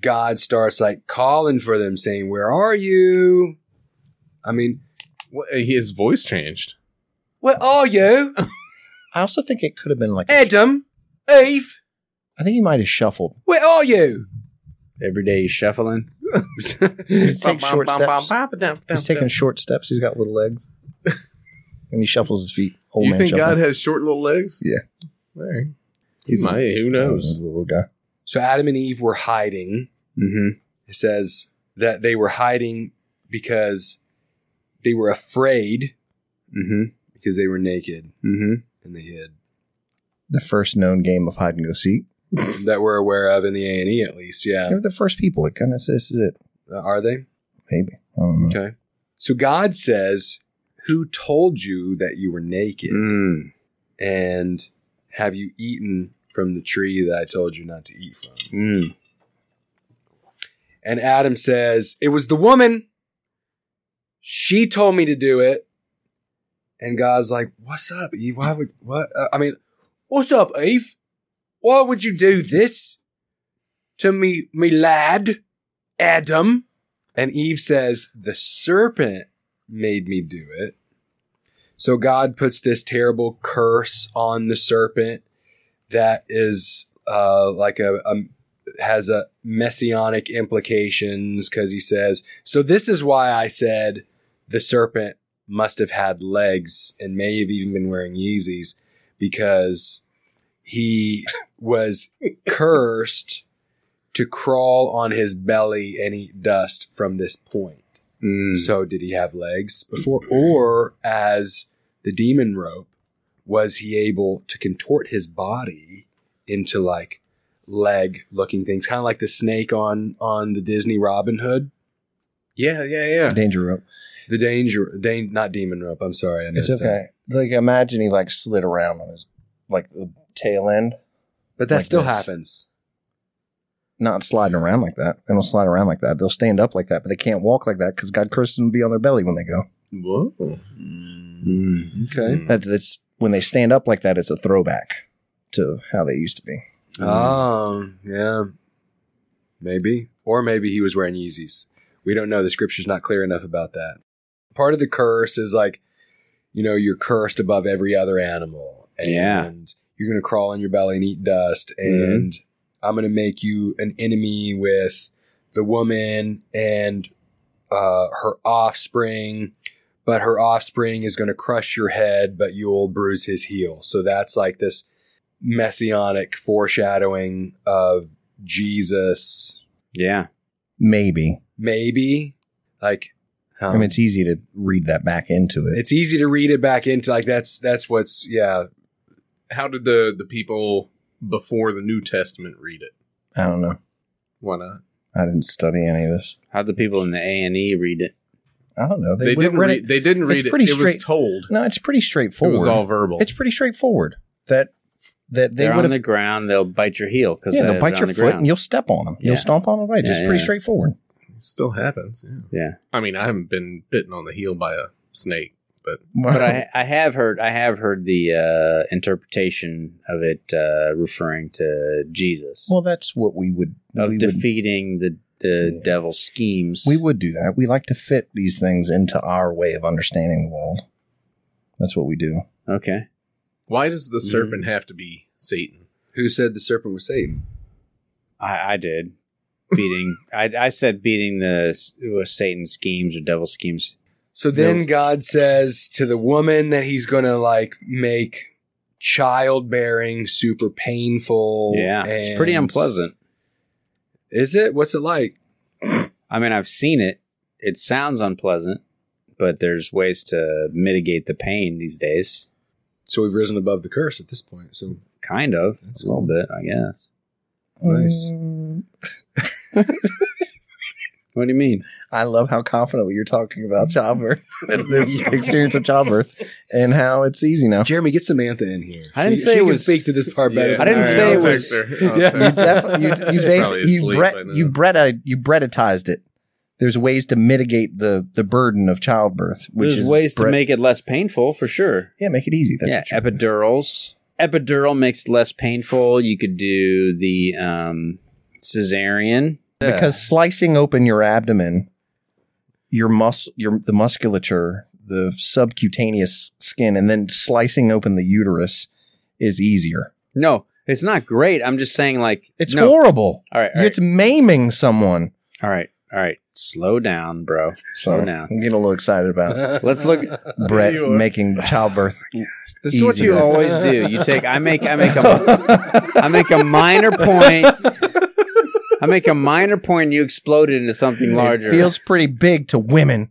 God starts like calling for them, saying, Where are you? I mean,
What- his voice changed.
where are you?
I also think it could have been like.
Adam, Eve,
I think he might have shuffled.
where are you?
Every day he's shuffling.
He's taking short steps. He's taking short steps. He's got little legs, and he shuffles his feet. Old
you
man
think
shuffle.
God has short little legs?
Yeah.
There. He
He's
might. Who
He's
knows?
a little guy.
So Adam and Eve were hiding.
Mm-hmm.
It says that they were hiding because they were afraid
Mm-hmm.
because they were naked
Mm-hmm.
and they hid.
The first known game of hide and go seek.
that we're aware of in the A and E at least, yeah.
They were the first people. It kind of says this is it.
Uh, Are they?
Maybe. I don't know.
Okay. So God says, Who told you that you were naked?
Mm.
And have you eaten from the tree that I told you not to eat from?
Mm.
And Adam says, It was the woman. She told me to do it. And God's like, What's up, Eve? Why would, what? Uh, I mean, what's up, Eve? Why would you do this to me, me lad, Adam? And Eve says, The serpent made me do it. So God puts this terrible curse on the serpent that is uh, like a, a has a messianic implications because he says, so this is why I said the serpent must have had legs and may have even been wearing Yeezys because he was cursed to crawl on his belly and eat dust from this point.
Mm.
So did he have legs before or as the demon rope was he able to contort his body into like leg looking things, kind of like the snake on on the Disney Robin Hood. Yeah, yeah, yeah.
Danger rope.
The danger, dan- not demon rope. I'm sorry, I missed
It's okay. Like imagine he like slid around on his like the tail end.
But that
Like
still
this.
happens.
Not sliding around like that. They don't slide around like that. They'll stand up like that, but they can't walk like that because God cursed them to be on their belly when they go.
Whoa.
Hmm.
Okay.
That, that's when they stand up like that. It's a throwback to how they used to be.
Oh, yeah. Maybe. Or maybe he was wearing Yeezys. We don't know. The scripture's not clear enough about that. Part of the curse is like, you know, you're cursed above every other animal. And
Yeah.
you're going to crawl on your belly and eat dust.
Mm-hmm.
And I'm going to make you an enemy with the woman and uh, her offspring. But her offspring is going to crush your head, but you'll bruise his heel. So that's like this messianic foreshadowing of Jesus,
Yeah.
Maybe.
maybe. Like, um,
I mean, it's easy to read that back into it.
it's easy to read it back into like that's that's what's yeah.
How did the the people before the New Testament read it?
I don't know.
Why not?
I didn't study any of this.
How'd the people in the A and E read it?
I don't know.
They,
would have
didn't read. They didn't
it's
read it.
pretty
It was
straight-
told.
No, it's pretty
It
straightforward.
was all verbal.
It's pretty straightforward that that they
They are
would
on
have.
the ground. They'll bite your heel because
yeah, they'll
they're
bite
on
your
the
foot
ground.
and you'll step on them. You'll
Yeah.
stomp on them right.
Yeah,
it's pretty
yeah.
straightforward.
It still happens. Yeah.
yeah,
I mean, I haven't been bitten on the heel by a snake, but
but I I have heard I have heard the uh, interpretation of it uh, referring to Jesus
well, that's what we would.
of
we would
defeating the the
Yeah.
devil's schemes.
we would do that. We like to fit these things into our way of understanding the world. That's what we do.
okay.
why does the serpent have to be Satan?
Who said the serpent was Satan?
I, I did beating. I, I said beating the s- uh, Satan's schemes or devil schemes.
So then God says to the woman that he's going to like make childbearing super
Oh,
painful.
yeah, it's pretty
and-
unpleasant.
Is it? What's it like?
I mean, I've seen it. It sounds unpleasant, but there's ways to mitigate the pain these days.
So we've risen above the curse at this point. So
Kind of, a little
Mm-hmm.
bit, I guess.
Nice.
Mm,
What do you mean?
I love how confidently you're talking about childbirth, this experience of childbirth, and how it's easy now.
Jeremy, get Samantha in here.
I didn't
She-
say
she
it
can
was-
speak to this part better.
Yeah.
than
I didn't
All right,
say
I'll
it
text
was-
her. I'll
Yeah.
text
You
her.
definitely you, you,
She's
basi-
probably
you,
asleep
Brett,
by now.
you Brettized you Brettized it. There's ways to mitigate the the burden of childbirth, which
there's
is
ways to
Brett-
make it less painful for sure.
yeah make it easy. That's what you-
yeah, epidurals. Epidural makes it less painful. You could do the um, cesarean.
because slicing open your abdomen, your mus your the musculature, the subcutaneous skin, and then slicing open the uterus is easier.
No, it's not great. I'm just saying, like
It's
no.
horrible.
All right, all right,
It's maiming someone.
all right, all right. Slow down, bro.
So
Slow down.
I'm getting a little excited about
Let's look.
Brett making childbirth.
This is what
Easy
you
now.
always do. You take. I make. I make a. I make a minor point. I make a minor point. And you explode it into something larger.
It feels pretty big to women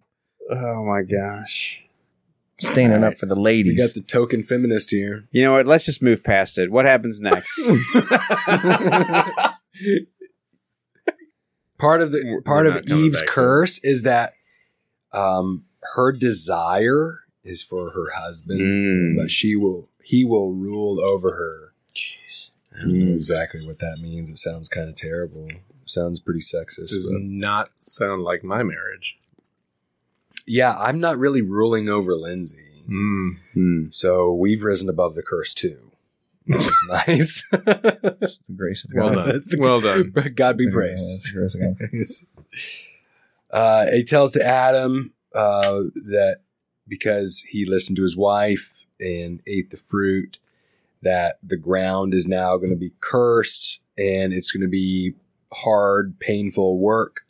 oh my gosh.
standing up for the
You got
ladies.
the token feminist here.
You know what? Let's just move past it. What happens next?
Part of the
We're-
part
we're
of
not coming
Eve's
back to
curse is that um, her desire is for her husband,
Mm.
but she will he will rule over her. I don't know exactly what that means. It sounds kind of terrible. sounds pretty sexist.
does
but-
not sound like my marriage.
yeah, I'm not really ruling over Lindsay,
Mm.
Hmm.
so we've risen above the curse too, which is nice.
The grace of
Well
God.
done.
That's the-
well done.
God be
Yeah,
praised.
that's the grace of God.
uh, he tells to Adam uh, that because he listened to his wife and ate the fruit, that the ground is now going to be cursed and it's going to be hard, painful work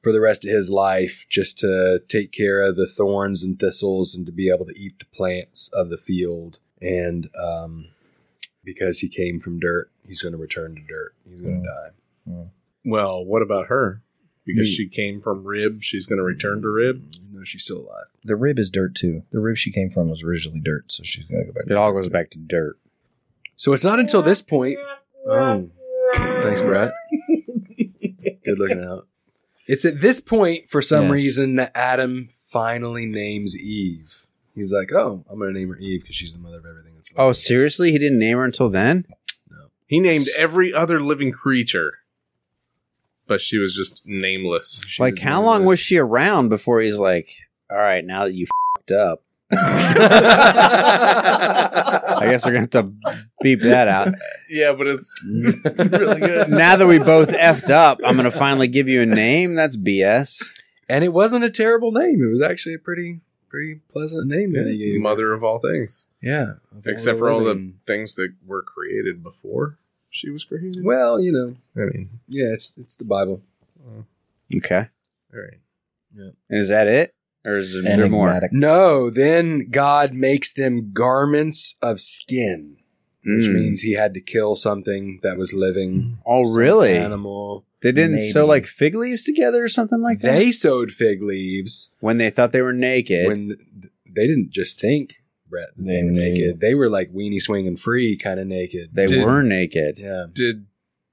for the rest of his life just to take care of the thorns and thistles and to be able to eat the plants of the field. And um, because he came from dirt, he's going to return to dirt. He's going
Mm.
to die.
Well, what about her? Because
Hmm.
Me.
she came from rib, she's going to return to rib.
No, she's still alive.
The rib is dirt too. The rib she came from was originally dirt, so she's gonna go back.
It all goes back to dirt.
So it's not until this point. Oh. Thanks, Brett. Good looking out. It's at this point, for some
Yes.
reason, that Adam finally names Eve. He's like, "Oh, I'm gonna name her Eve because she's the mother of everything." That's
Oh, seriously? He didn't name her until then?
He named every other living creature, but she was just nameless. She
like,
was
how long
nameless.
was she around before he's like, all right, now that you fucked up, I guess we're going to have to beep that out.
Yeah, but it's really good.
Now that we both effed up, I'm going to finally give you a name? That's BS.
and it wasn't a terrible name. It was actually a pretty, pretty pleasant name. that he gave.
Mother of all things,
Yeah,
except for all the things that were created before she was created.
Well, you know,
I mean,
yeah, it's it's the Bible.
Okay.
all right.
Is that it? Or is there more?
Enigmatic.
No, then God makes them garments of skin, which
Hmm.
Mm.
means he had to kill something that was living.
oh, really?
Animal.
They didn't sew
Maybe.
like fig leaves together or something like that?
They sewed fig leaves
when they thought they were naked.
when th- they didn't just think Brett that they were naked. They were like weenie swinging free, kind of naked.
they
Did-
were naked.
yeah,
Did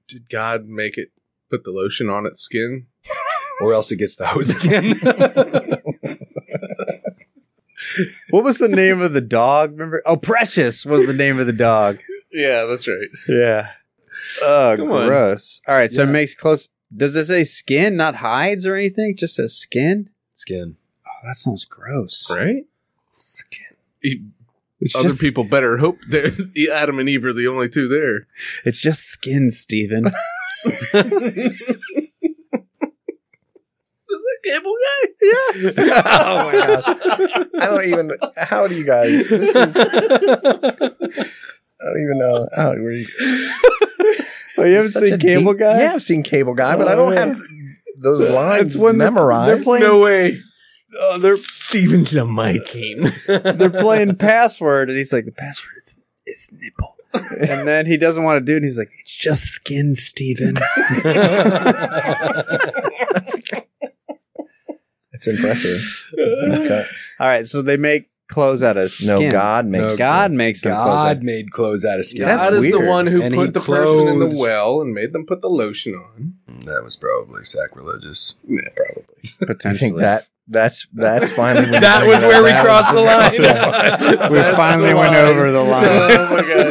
did God make it put the lotion on its skin?
or else it gets the hose again.
What was the name of the dog? Remember? Oh, Precious was the name of the dog.
Yeah, that's right.
Yeah. Oh,
Come on.
gross. All right, so it
Yeah.
makes close. Does it say skin, not hides or anything? Just says skin.
skin.
Oh, that sounds gross.
Right. He-
It's
other
just,
people better hope they're Adam and Eve are the only two there.
It's just skin, Steven.
oh my gosh. I don't even. How do you guys? This is, I don't even know. How, where you,
oh, you haven't
Such a
seen Cable
deep-
Guy?
Yeah, I've seen Cable Guy, but I don't
man.
have those lines
when they're-
memorized.
they're playing-
No way.
Oh, they're
Steven's on my team.
they're playing password, and he's like, the password is, is nipple. and then he doesn't want to do it. And he's like, it's just skin, Steven.
it's impressive. It's deep cuts.
All right, so they make clothes out of
No,
skin.
God makes.
No,
God makes them clothes out
God made clothes out of skin.
That's
God is
weird.
the one who
And he
put the person in the
clothed-
well and made them put the lotion on.
That was probably sacrilegious.
Yeah, probably.
I
potentially.
think that that's that's finally when
That
you
was
bring it
where
up.
we
That
crossed the line.
we finally went over the line.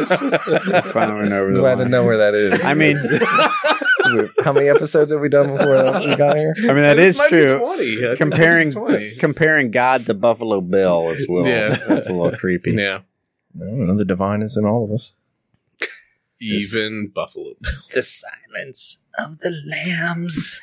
Oh my gosh.
we finally went over
I'm
the
glad
line.
to know where that is.
I mean,
how many episodes have we done before that we got here?
I mean that
This
is
might be
true.
20. I think this is
Comparing
20.
comparing God to Buffalo Bill is a little
Yeah.
that's a little creepy.
yeah.
I don't know. The divine is in all of us.
Even Buffalo.
The silence of the lambs.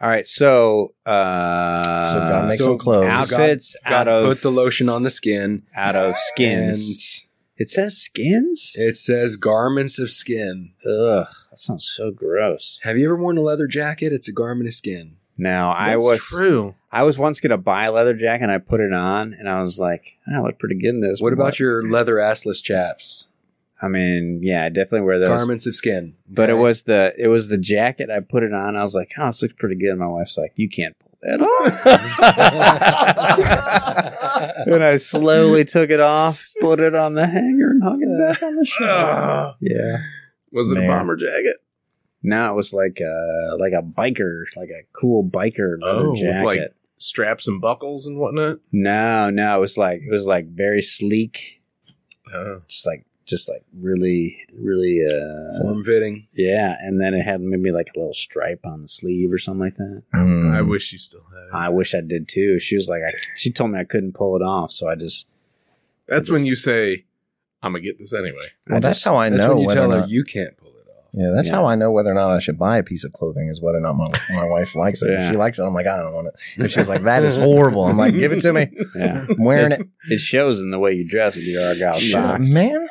All right, so uh
So God makes
so
them clothes.
outfits out
God
of
put the lotion on the skin.
out of skins. It says skins.
And it says garments of skin.
Ugh, that sounds so gross.
Have you ever worn a leather jacket? It's a garment of skin.
No, I
That's
was
true.
I was once gonna buy a leather jacket and I put it on and I was like, I look pretty good in this.
What
but
about your leather assless chaps?
I mean, yeah, I definitely wear those.
Garments of skin.
But it
Okay.
was the it was the jacket I put it on. I was like, oh, this looks pretty good. And my wife's like, you can't pull that off. and I slowly took it off, put it on the hanger, and hung it back on the shelf. yeah.
Was it
Man.
a bomber jacket?
Now it was like a like a biker, like a cool biker leather
Oh, with
jacket.
like- Straps and buckles and whatnot?
no, no, it was like it was like very sleek,
Oh.
just like just like really, really uh
form fitting.
yeah. And then it had maybe like a little stripe on the sleeve or something like that.
Mm.
I wish you still had it.
I wish I did too. She was like, I, she told me I couldn't pull it off, so I just.
That's when you say, I'm going to get this anyway.
Well, that's
just-
how I
That's
know
when you
whether
tell
or
her
not.
you can't pull it off.
yeah, that's
Yeah.
how I know whether or not I should buy a piece of clothing is whether or not my my wife likes it.
Yeah.
If she likes it, I'm like, I don't want it. If she's like, that is horrible, I'm like, give it to me.
Yeah,
I'm wearing it.
it shows in the way you dress with your argyle
Shit,
socks.
man.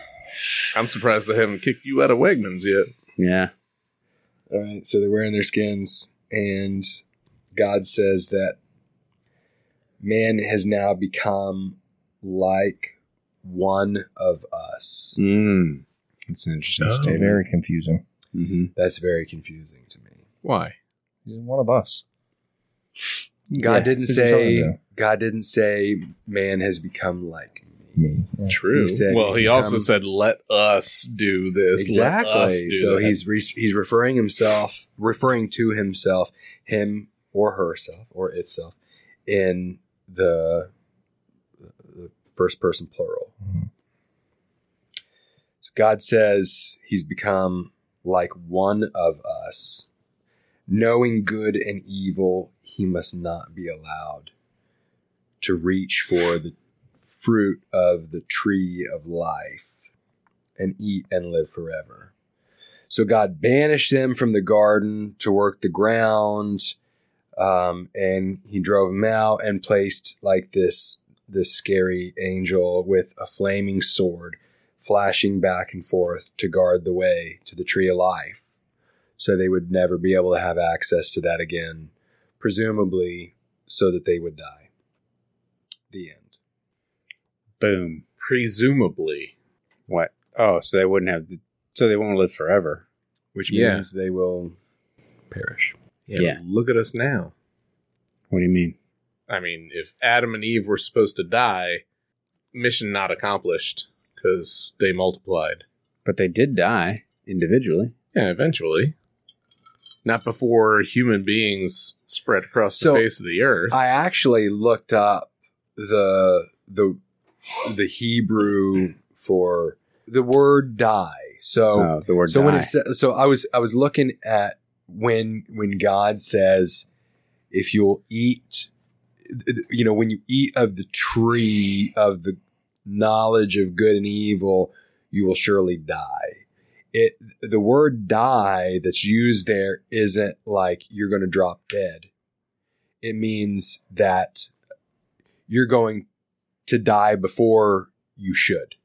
I'm surprised they haven't kicked you out of Wegmans yet.
Yeah,
All right, so they're wearing their skins, and God says that man has now become like one of us.
mm. that's an interesting
Oh.
statement.
Very confusing.
hmm
That's very confusing to me.
Why?
He's one of us.
God
Yeah,
didn't
he's a children,
say
though.
God didn't say man has become like me.
me.
True.
He said
well,
he's
he also
become-
said, "Let us do this." Let us
Exactly.
do
So
that."
he's re- he's referring himself, referring to himself, him or herself or itself, in the, the first person plural. So God says he's become like one of us, knowing good and evil. He must not be allowed to reach for the fruit of the tree of life and eat and live forever. So God banished them from the garden to work the ground, um, and He drove them out and placed like this this scary angel with a flaming sword, flashing back and forth to guard the way to the tree of life, so they would never be able to have access to that again, presumably so that they would die. The end.
Boom.
presumably
What? Oh, so they wouldn't have. so they won't live forever.
Which
Yeah.
means they will perish.
Yeah.
Look at us now.
What do you mean?
I mean, if Adam and Eve were supposed to die, mission not accomplished because they multiplied.
But they did die individually.
Yeah, eventually. Not before human beings spread across
So,
the face of the earth.
I actually looked up the the the Hebrew for the word die. So
Oh, the word
so
die.
when it sa- so I was I was looking at when when God says if you'll eat you know when you eat of the tree of the knowledge of good and evil you will surely die. It the word die that's used there isn't like you're going to drop dead. It means that you're going to die before you should.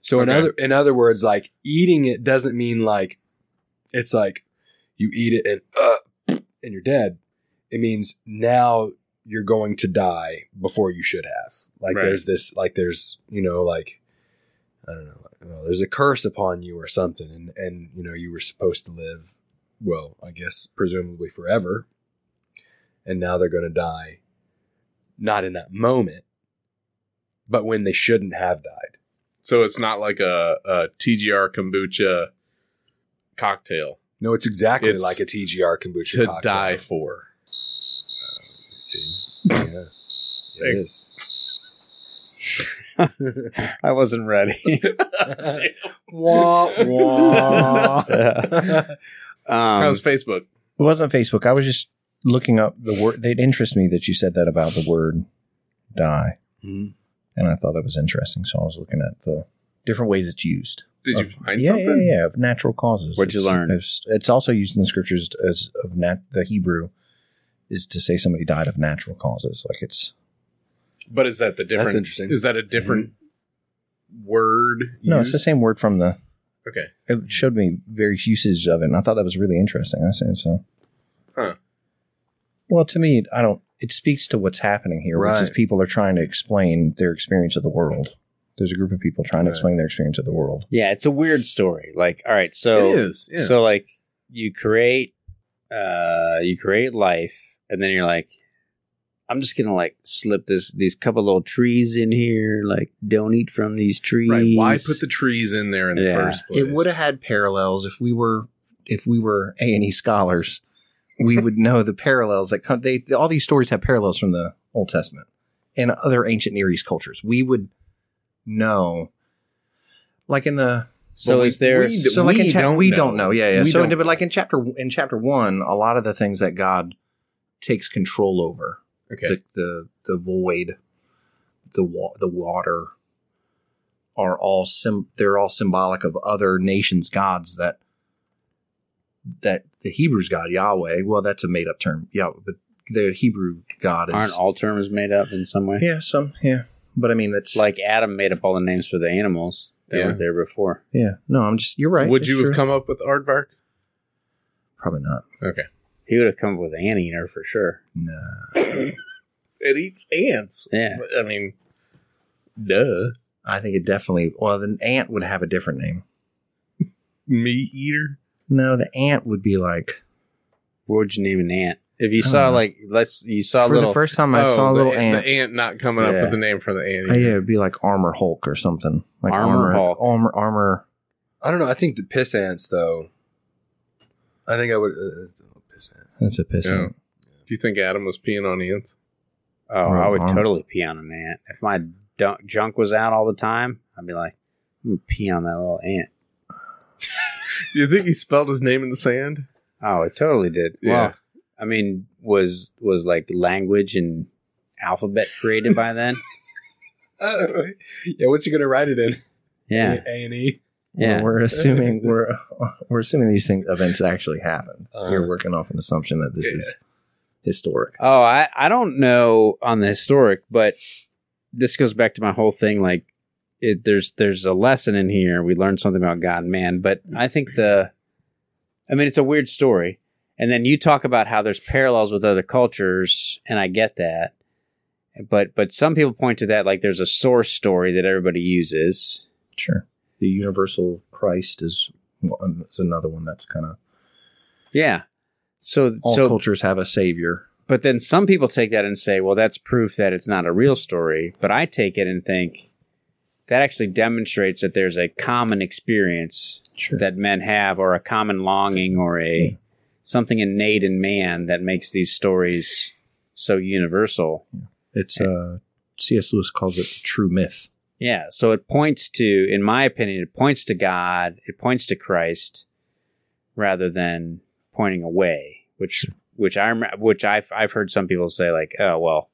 So in
Okay.
other in other words, like eating it doesn't mean like it's like you eat it and uh, and you're dead. It means now you're going to die before you should have. Like
Right.
there's this like there's you know like I don't know like, well, there's a curse upon you or something and and you know you were supposed to live well I guess presumably forever and now they're going to die not in that moment but when they shouldn't have died.
so it's not like a, a TGR kombucha cocktail
No, it's exactly
It's
like a TGR kombucha
to
cocktail.
die for.
See, yeah, it is.
I wasn't ready.
Wah, wah.
um,
How's Facebook?
It wasn't Facebook. I was just looking up the word. It interests me that you said that about the word die.
Mhm.
And I thought that was interesting. So I was looking at the different ways it's used.
Did you
Of-
find
yeah,
something?
Yeah, yeah, of natural causes.
What'd you
It's-
learn?
It's, it's also used in the scriptures as of nat- the Hebrew is to say somebody died of natural causes. Like it's
But is that the different?
interesting.
Is that a different word?
no, it's the
used?
same word from the.
okay.
It showed me various usage of it, and I thought that was really interesting. I said so.
Huh.
Well, to me, I don't. It speaks to what's happening here, which is
Right.
people are trying to explain their experience of the world. There's a group of people trying to
Right.
explain their experience of the world.
yeah, it's a weird story. Like, all right, so
it is. Yeah.
So like you create uh you create life and then you're like I'm just gonna like slip this these couple little trees in here, like don't eat from these trees.
right. Why put the trees in there in
Yeah.
the first place?
It would have had parallels if we were if we were A and E scholars. We would know the parallels that come. They all these stories have parallels from the Old Testament and other ancient Near East cultures. We would know, like in the
so
Well,
is there
we, so like in chap- we don't know yeah yeah
We
so in-
don't
but like in chapter in chapter one a lot of the things that god takes control over
Okay.
the, the the void the wa- the water are all sim- they're all symbolic of other nations gods that that the hebrews god yahweh well that's a made-up term yeah but the hebrew god is
aren't all terms made up in some way?
yeah some yeah but i mean that's
Like Adam made up all the names for the animals that
Yeah.
were there before.
yeah no i'm just you're right
Would
it's
you
true.
have come up with aardvark?
probably not
Okay.
He would have come up with an anteater for sure.
no
It eats ants.
Yeah.
I mean, duh.
I think it definitely. Well, the ant would have a different name.
Meat eater.
No, the ant would be like
What would you name an ant? If you saw like let's you saw
Uh, For
little
the first time I
Oh,
saw
the,
a little ant.
The ant not coming up
Yeah.
with the name for the ant.
Oh, yeah, it'd be like Armor Hulk or something. Like
Armor Hulk.
Armor, armor.
I don't know. I think the piss ants, though. I think I would. Uh, it's a piss ant.
That's a piss
Yeah.
ant.
Do you think Adam was peeing on ants?
oh, I would
arm.
totally pee on an ant. If my dunk, junk was out all the time, I'd be like, I'm gonna pee on that little ant.
Do you think he spelled his name in the sand?
Oh, it totally did.
Yeah.
Well, I mean, was was like language and alphabet created by then?
yeah, what's he gonna write it in?
Yeah.
A and E.
Yeah.
We're, we're assuming we're we're assuming these things events actually happened.
Uh,
We're working off an assumption that this is historic.
Oh, I, I don't know on the historic, but this goes back to my whole thing. Like, it, there's there's a lesson in here. We learned something about God and man, but I think the, I mean, it's a weird story. And then you talk about how there's parallels with other cultures, and I get that. But but some people point to that like there's a source story that everybody uses.
Sure. The universal Christ is one, is another one that's kind of
Yeah. So
all
so
cultures have a savior.
But then some people take that and say, well, that's proof that it's not a real story. But I take it and think that actually demonstrates that there's a common experience
Sure.
that men have, or a common longing, or a
Yeah.
something innate in man that makes these stories so universal.
It's uh C.S. Lewis calls it the true myth.
Yeah. So it points to, in my opinion, it points to God, it points to Christ, rather than pointing away, which which I rem- which I've I've heard some people say like, oh well,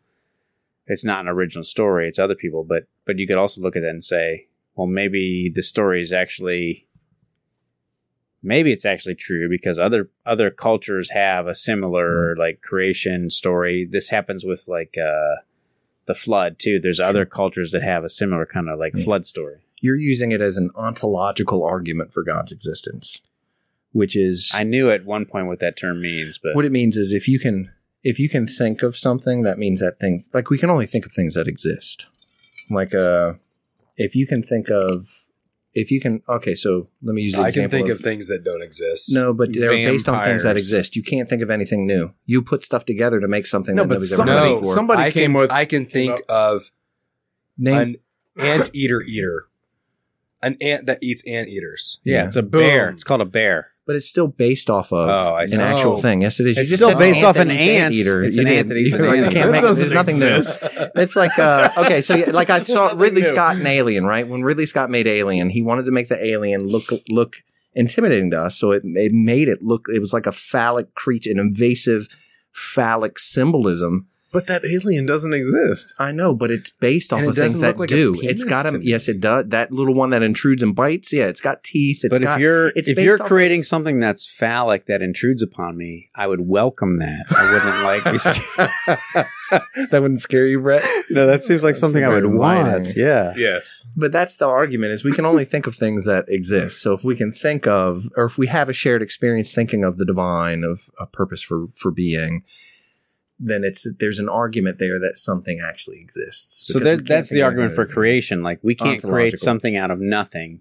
it's not an original story, it's other people, but but you could also look at that and say, well, maybe the story is actually maybe it's actually true because other other cultures have a similar like creation story. This happens with like uh the flood too. There's other cultures that have a similar kind of like
Yeah.
flood story.
You're using it as an ontological argument for God's existence, which is
I knew at one point what that term means, but
what it means is if you can if you can think of something that means that things like we can only think of things that exist like uh if you can think of if you can okay so let me use the
I can
example
think of things that don't exist.
no but they're based on things that
Vampires.
exist you can't think of anything new you put stuff together to make something
No,
that
but
nobody's ever
somebody-
made
no.
before.
somebody
I
came
can,
with-
I can think of
Name-
an ant eater eater, an ant that eats ant eaters.
yeah, it's a bear. It's called a bear.
but it's still based off of
Oh, I see.
an actual
Oh.
thing yes it is
It's still
said
based
ant
off
that
an
eats
ant.
eater.
It's
You
an
didn't-
ant that eats
you
an
can't
ant.
make-
That
there's nothing new It's like uh, okay, so yeah, like I saw Ridley
new.
Scott in Alien, right? When Ridley Scott made Alien, he wanted to make the alien look look intimidating to us, so it it made it look it was like a phallic creature, an invasive phallic symbolism.
But that alien doesn't exist.
I know, but it's based off
And it
of things
doesn't
that
look like a
do.
penis
It's got
to
a
me.
yes, it does. That little one that intrudes and bites, yeah, it's got teeth. It's
but
got
if you're
it's
if
based
you're
off-
creating something that's phallic that intrudes upon me, I would welcome that. I wouldn't like be scared.
that wouldn't scare you, Brett.
no, that seems like something I
very
would
wide-eyed.
want. Yeah.
Yes.
But that's the argument is we can only think of things that exist. So if we can think of, or if we have a shared experience thinking of the divine, of a purpose for for being, then it's there's an argument there that something actually exists.
So
Because we
that,
can't
that's
think
the
of
argument for
anything.
creation. Like we can't create
Ontological.
something out of nothing.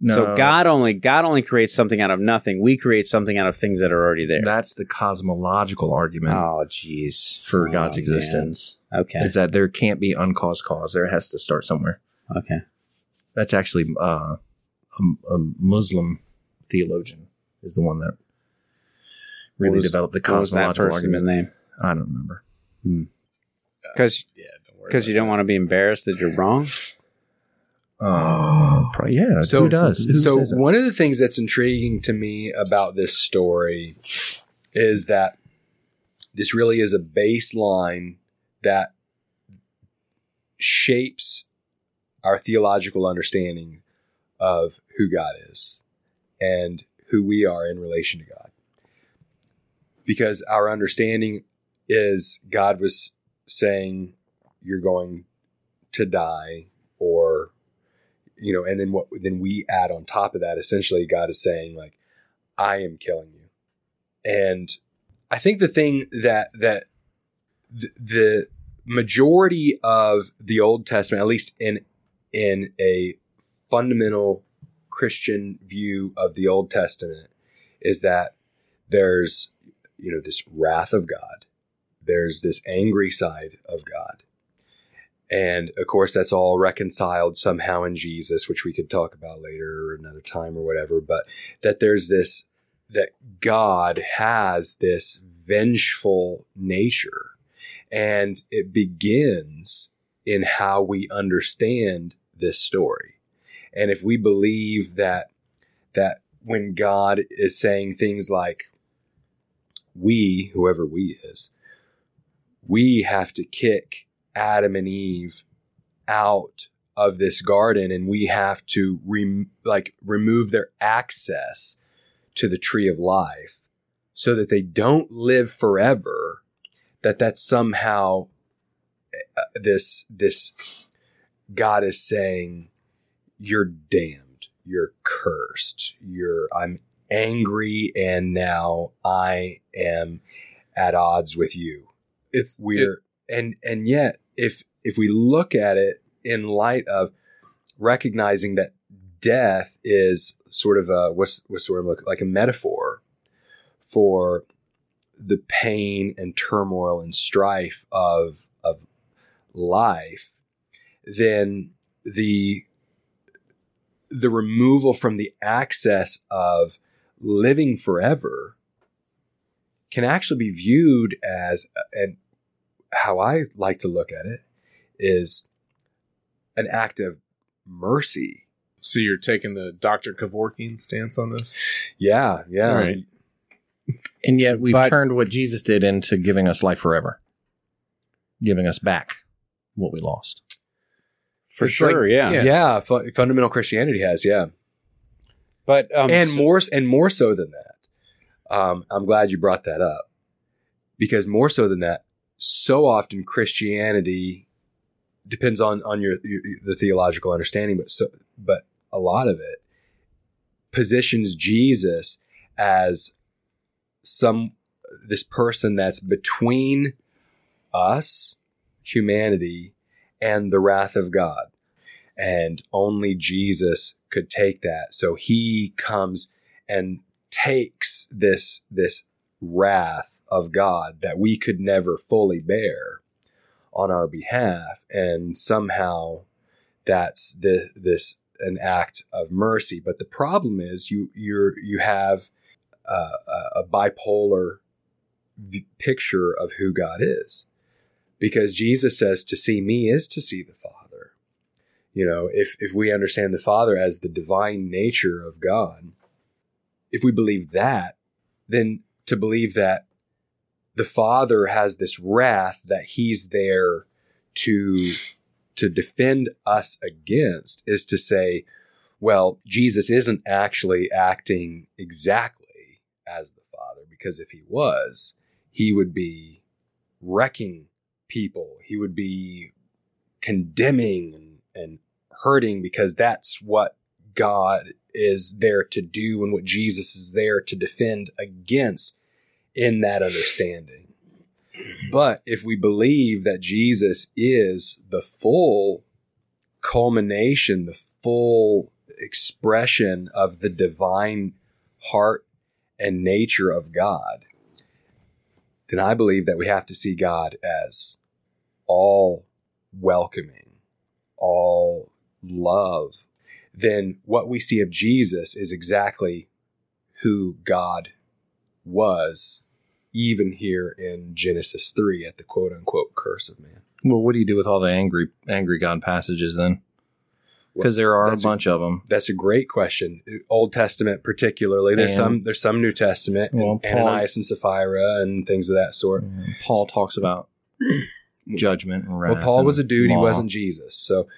No,
So God only God only creates something out of nothing. We create something out of things that are already there.
That's the cosmological argument
oh, jeez.
for
Oh,
God's
man.
existence
Okay.
is that there can't be uncaused cause. There has to start somewhere.
okay.
That's actually uh, a, a Muslim theologian is the one that really
was-
developed the
What was that
cosmological
person's
argument.
name?
I don't remember.
Because you don't want to be embarrassed that you're wrong.
Uh, probably, yeah.
So
who does? Who
so
says it?
one of the things that's intriguing to me about this story is that this really is a baseline that shapes our theological understanding of who God is and who we are in relation to God. Because our understanding is God was saying, You're going to die, or you know and then what then we add on top of that essentially god is saying like i am killing you and i think the thing that that the, the majority of the old testament at least in in a fundamental christian view of the old testament is that there's you know this wrath of God. There's this angry side of God. And of course, that's all reconciled somehow in Jesus, which we could talk about later or another time or whatever. But that there's this, that God has this vengeful nature. And it begins in how we understand this story. And if we believe that, that when God is saying things like, we, whoever we is, we have to kick Adam and Eve out of this garden and we have to rem- like remove their access to the tree of life so that they don't live forever that that's somehow uh, this this God is saying you're damned you're cursed you're I'm angry and now I am at odds with you
It's
we're
it-
and and yet if if we look at it in light of recognizing that death is sort of a what's what's sort of like, like a metaphor for the pain and turmoil and strife of of life then the the removal from the access of living forever can actually be viewed as an how I like to look at it is an act of mercy.
so you're taking the Doctor Kevorkian stance on this.
Yeah, yeah.
All right.
And yet we've
But-
turned what Jesus did into giving us life forever, giving us back what we lost.
for
It's
sure.
like-
yeah.
Yeah, fu- fundamental Christianity has, yeah.
but um,
and
so-
more and more so than that. Um, I'm glad you brought that up. Because more so than that, so often Christianity depends on on your, your the theological understanding, but so but a lot of it positions Jesus as some this person that's between us, humanity, and the wrath of God. And only Jesus could take that. So he comes and takes this this wrath of God that we could never fully bear on our behalf. And somehow that's the this an act of mercy. But the problem is you you're you have uh, a- a bipolar v- picture of who God is. Because Jesus says to see me is to see the Father. You know, if if we understand the Father as the divine nature of God, if we believe that, then to believe that the Father has this wrath that he's there to to defend us against is to say, well, Jesus isn't actually acting exactly as the Father, because if he was, he would be wrecking people. He would be condemning and, and hurting because that's what God is there to do and what Jesus is there to defend against in that understanding. But if we believe that Jesus is the full culmination, the full expression of the divine heart and nature of God, then I believe that we have to see God as all welcoming, all love. Then what we see of Jesus is exactly who God was, even here in Genesis 3 at the quote unquote curse of man.
Well, what do you do with all the angry, angry God passages then? Because there are a
That's-
bunch of them.
That's a great question. Old Testament, particularly. There's
And-
some. There's some New Testament, and
Well, Paul-
Ananias and Sapphira, and things of that sort.
Paul talks about judgment and wrath.
Well, Paul was a
and
dude; he
law.
wasn't Jesus. So,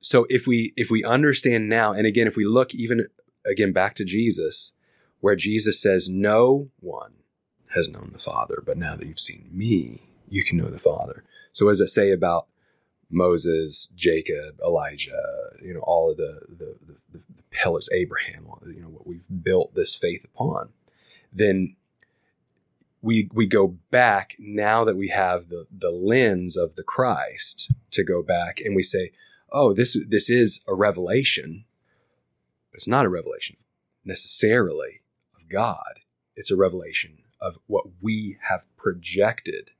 so if we if we understand now, and again, if we look even again back to Jesus, where Jesus says, "No one has known the Father, but now that you've seen me, you can know the Father." So, what does it say about Moses, Jacob, Elijah? You know, all of the the, the, the pillars, Abraham. You know, what we've built this faith upon. Then we we go back now that we have the the lens of the Christ to go back and we say, oh, this this is a revelation. It's not a revelation necessarily of God. It's a revelation of what we have projected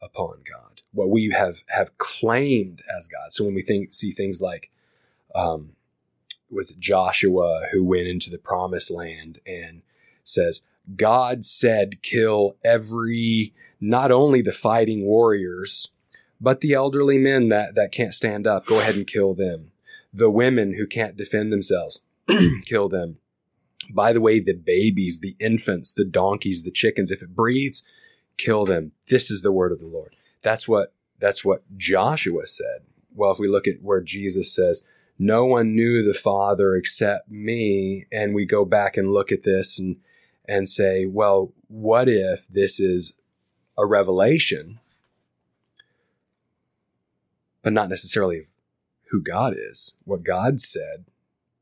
upon God, what we have have claimed as God. So when we think see things like, um, was it Joshua who went into the promised land and says, God said, kill every not only the fighting warriors, but the elderly men that, that can't stand up, go ahead and kill them. The women who can't defend themselves, kill them. By the way, the babies, the infants, the donkeys, the chickens, if it breathes, kill them. This is the word of the Lord. That's what that's what Joshua said. Well, if we look at where Jesus says, No one knew the Father except me, and we go back and look at this and and say, Well, what if this is a revelation, but not necessarily of who God is, what God said,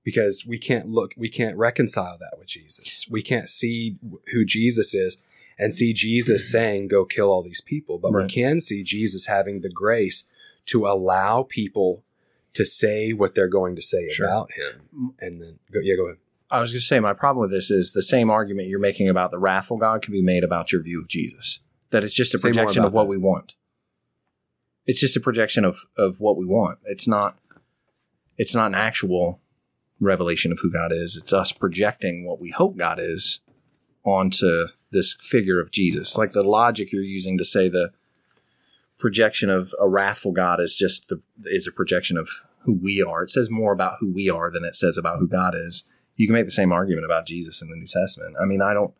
because we can't look, we can't reconcile that with Jesus. We can't see who Jesus is and see Jesus saying, go kill all these people. But we can see Jesus having the grace to allow people to say what they're going to say about him. And then, go, yeah, go ahead.
I was going to say my problem with this is the same argument you're making about the wrathful God can be made about your view of Jesus. That it's just a
Say more
projection
about
of what
that.
we want. It's just a projection of of what we want. It's not it's not an actual revelation of who God is. It's us projecting what we hope God is onto this figure of Jesus. Like the logic you're using to say the projection of a wrathful God is just the is a projection of who we are. It says more about who we are than it says about who God is. You can make the same argument about Jesus in the New Testament. I mean, I don't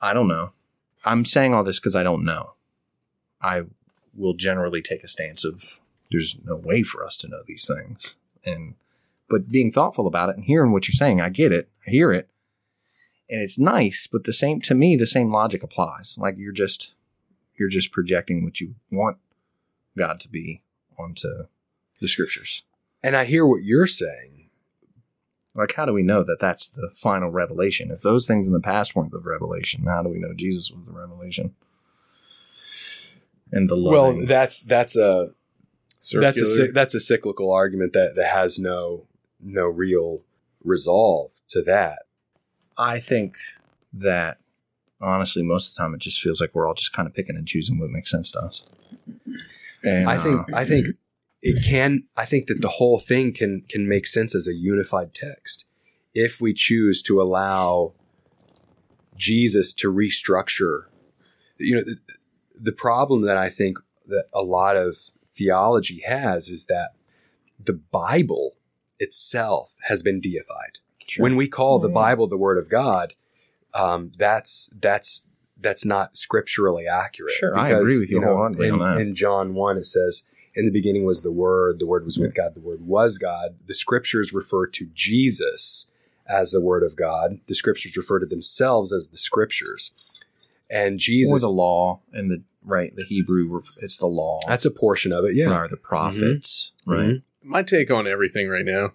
I don't know. I'm saying all this cuz I don't know. I will generally take a stance of there's no way for us to know these things. And but being thoughtful about it and hearing what you're saying, I get it. I hear it. And it's nice, but the same to me the same logic applies. Like you're just you're just projecting what you want God to be onto the scriptures.
And I hear what you're saying.
Like, how do we know that that's the final revelation? If those things in the past weren't the revelation, how do we know Jesus was the revelation? And the loving.
Well, that's, that's a, that's
Circular.
a cy- that's a cyclical argument that, that has no no real resolve to that.
I think that honestly, most of the time, it just feels like we're all just kind of picking and choosing what makes sense to us. And
I think
uh,
I think it can I think that the whole thing can can make sense as a unified text if we choose to allow Jesus to restructure you know the, the problem that I think that a lot of theology has is that the Bible itself has been deified. When we call the Bible the Word of God, um, that's that's that's not scripturally accurate.
Sure, I agree with you wholeheartedly
in,
on that.
in John one, it says, "In the beginning was the Word. The Word was with God. The Word was God." The Scriptures refer to Jesus as the Word of God. The Scriptures refer to themselves as the Scriptures, and
or
Jesus.
the law and uh, the right, the Hebrew, ref- it's the law
that's a portion of it. Yeah,
or the prophets, right?
my take on everything right now,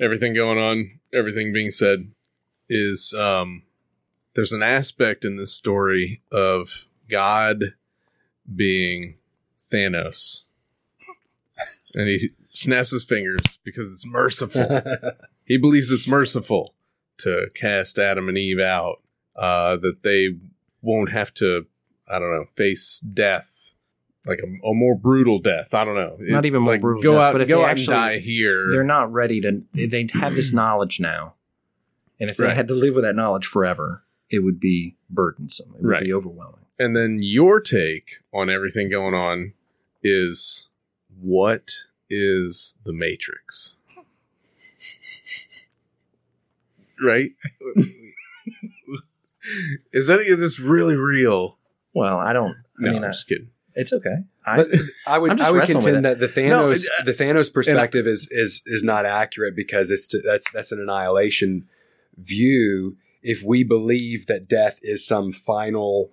everything going on, everything being said, is um, there's an aspect in this story of God being Thanos, and he snaps his fingers because it's merciful. he believes it's merciful to cast Adam and Eve out, uh, that they won't have to, I don't know, face death. Like a, a more brutal death. I don't know.
Not even more
like,
brutal
Go
death,
out,
but if
go
they
out
actually-
and die here.
they're not ready to they- they have this knowledge now and if they
Right.
had to live with that knowledge forever it would be burdensome it would
Right.
be overwhelming
and then your take on everything going on is what is the Matrix? right? is any of this really real?
well i don't
No,
i mean
I'm
I,
just kidding.
it's okay I,
But I would
I'm just
I would
wrestling with
contend
it.
that the Thanos
it-
the Thanos perspective is is is not accurate because it's to, that's that's an annihilation view. If we believe that death is some final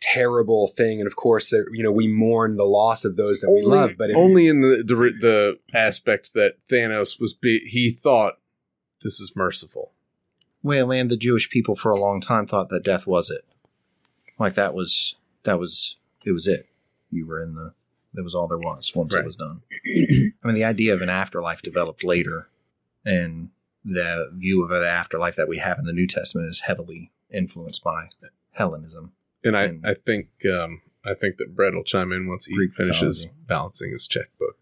terrible thing, and of course, there, you know, we mourn the loss of those that we love, but if,
only in the, the the aspect that Thanos was be, he thought this is merciful.
well and the jewish people for a long time thought that death was it like that was that was it was it you were in the that was all there was once
Right.
it was done i mean the idea of an afterlife developed later and the view of the afterlife that we have in the new testament is heavily influenced by hellenism
And I,
And-
I think um, I think that Brett will chime in once he
Hmm. Greek
finishes
mythology.
balancing his checkbook.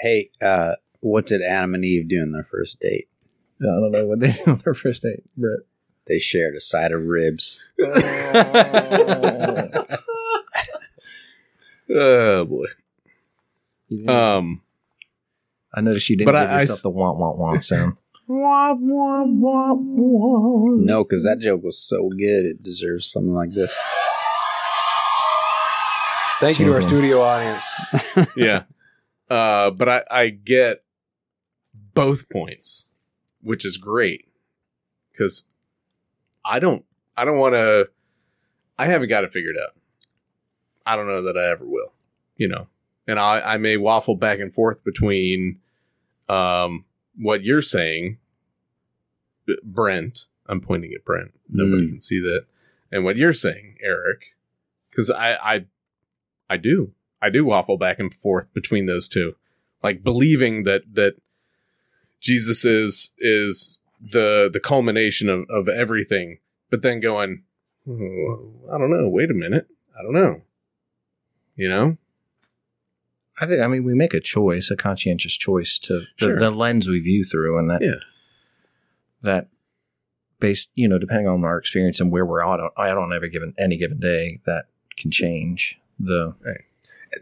Hey, uh, what did Adam and Eve do on their first date?
I don't know what they did on their first date, Brett.
They shared a side of ribs.
Oh boy. Um
I noticed you didn't
But
give
I- I
yourself
s-
the womp womp womp sound. Hmm.
No, because that joke was so good, it deserves something like this.
Thank you to our
Champion.
studio audience.
yeah. Uh, but I, I get both points, which is great because I don't I don't want to. I haven't got it figured out. I don't know that I ever will. You know, and I I may waffle back and forth between um what you're saying, B- Brent. I'm pointing at Brent. Nobody can see that, and what you're saying, Eric, because I I I do. I do waffle back and forth between those two, like believing that that Jesus is is the the culmination of of everything, but then going, "Oh, I don't know. Wait a minute, I don't know. You know,
I think. I mean, we make a choice, a conscientious choice to the,
Sure.
the lens we view through, and that
Yeah.
that based, you know, depending on our experience and where we're at on, out on every given any given day, that can change the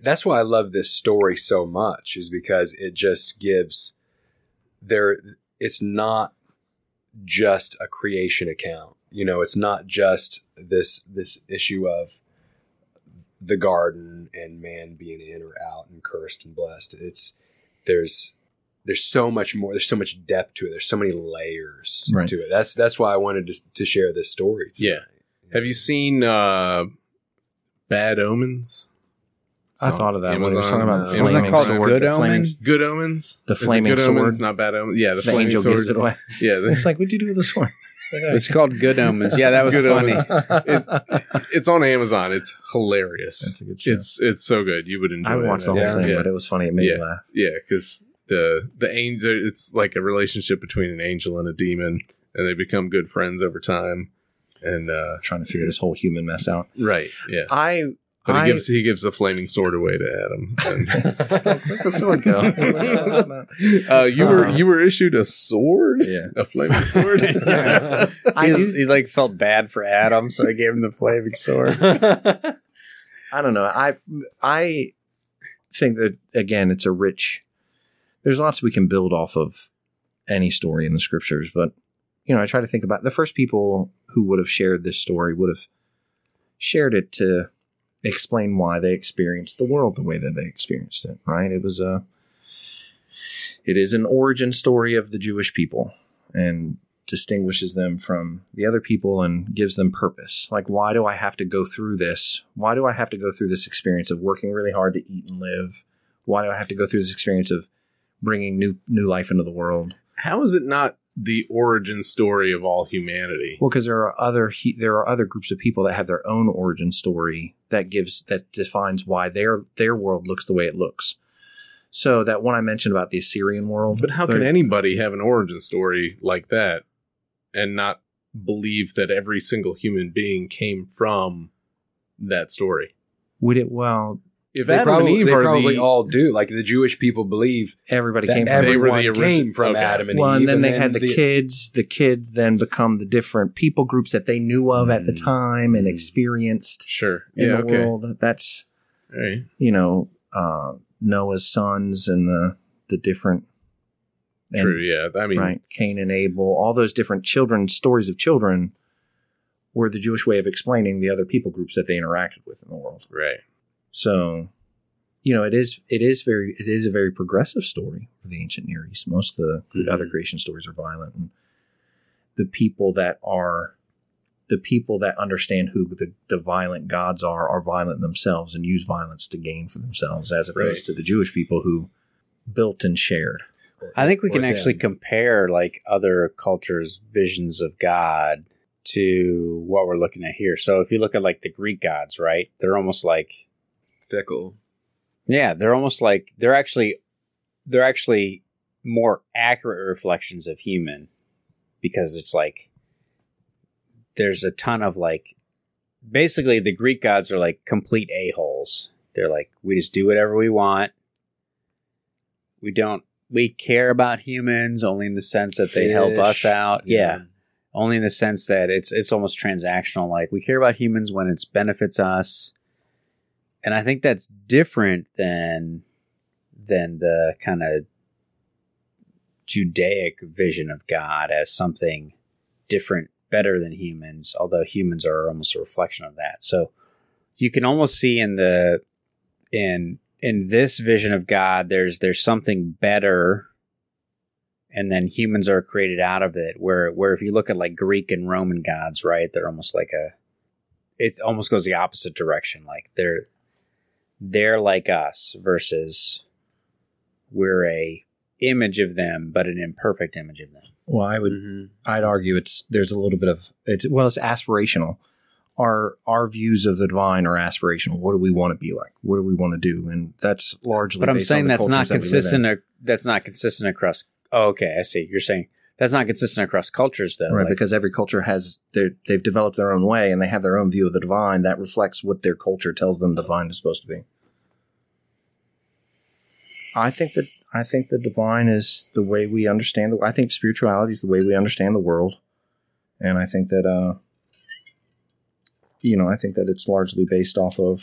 That's why I love this story so much, is because it just gives there. It's not just a creation account. You know, it's not just this this issue of the garden and man being in or out and cursed and blessed. It's there's there's so much more. There's so much depth to it. There's so many layers
Right.
to it. That's that's why I wanted to, to share this story.
Yeah. have you seen uh Bad Omens?
I thought of that when he was talking about the
Amazon uh,
flaming
Prime.
called
sword.
Good
the flaming,
Omen?
Good Omens.
The
Is it
flaming
Good
sword.
Omens, not Bad Omens. Yeah, the,
the
flaming
angel
sword.
gives it away.
Yeah, the-
It's like, what'd you do with this one?
It's called Good Omens. Yeah, that was
Good
funny.
Omens. it's on Amazon. It's hilarious.
That's a good show.
It's it's so good. You would enjoy.
I watched the
it.
whole
yeah.
thing,
Yeah,
but it was funny. It made me laugh.
yeah, because the the angel. It's like a relationship between an angel and a demon, and they become good friends over time. And uh
Trying to figure this whole human mess out.
right, yeah.
I
But
I-
he gives he gives the flaming sword away to Adam. And,
let the sword go.
uh, you were
Uh-huh.
you were issued a sword,
Yeah.
a flaming sword.
I,
He,
do,
he like felt bad for Adam, so he gave him the flaming sword.
I don't know. I I think that again, it's a rich. There's lots we can build off of any story in the scriptures, but you know, I try to think about the first people who would have shared this story would have shared it to explain why they experienced the world the way that they experienced it. Right? It was a. It is an origin story of the Jewish people, and distinguishes them from the other people and gives them purpose. Like, why do I have to go through this? Why do I have to go through this experience of working really hard to eat and live? Why do I have to go through this experience of bringing new new life into the world?
How is it not the origin story of all humanity?
Well, because there are other he, there are other groups of people that have their own origin story that gives that defines why their their world looks the way it looks. So that one I mentioned about the Assyrian world,
But how can
there-
anybody have an origin story like that and not believe that every single human being came from that story?
would it? Well,
If
They
Adam
probably,
and Eve
they
are
probably
the
all do. Like the Jewish people believe
everybody
that
came from
They were
everyone
the origi-
came from
okay.
Adam and
well,
Eve.
and then they had the, kids. The kids then become the different people groups that they knew of at the
Mm.
time and
Mm.
experienced
sure,
in
Hmm. yeah,
the
okay,
world. That's
all right.
you know uh, Noah's sons and the the different and-
true, yeah. I mean,
right Cain and Abel, all those different children stories of children were the Jewish way of explaining the other people groups that they interacted with in the world.
right,
So, you know, it is it is very it is a very progressive story for the ancient Near East. Most of the
Mhm.
other creation stories are violent, and the people that are the people that understand who the, the violent gods are are violent themselves and use violence to gain for themselves, as opposed
Right.
to the Jewish people who built and shared.
I think we can
Or
actually
them.
compare like other cultures' visions of God to what we're looking at here. So if you look at like the Greek gods, right? They're almost like
fickle.
yeah, they're almost like they're actually they're actually more accurate reflections of human because it's like there's a ton of like basically the Greek gods are like complete a-holes. They're like we just do whatever we want. We don't we care about humans only in the sense that they help us
Fish.
out. yeah only in the sense that it's it's almost transactional like we care about humans when it benefits us and i think that's different than than the kind of judaic vision of god as something different better than humans although humans are almost a reflection of that so you can almost see in the in in this vision of god there's there's something better and then humans are created out of it. Where where if you look at like Greek and Roman gods, right, they're almost like a it almost goes the opposite direction. Like they're they're like us versus we're a image of them, but an imperfect image of them.
Well, I would
Mm-hmm.
I'd argue it's there's a little bit of it's well, it's aspirational. Our our views of the divine are aspirational. What do we want to be like? What do we want to do? And that's largely.
But I'm
based on
saying
the
that's not
cultures that we live in.
consistent. ac- that's not consistent across. Oh, okay, I see. You're saying that's not consistent across cultures, though.
right?
Like,
because every culture has their, they've developed their own way and they have their own view of the divine that reflects what their culture tells them the divine is supposed to be. I think that I think the divine is the way we understand the. I think spirituality is the way we understand the world, and I think that uh, you know, I think that it's largely based off of.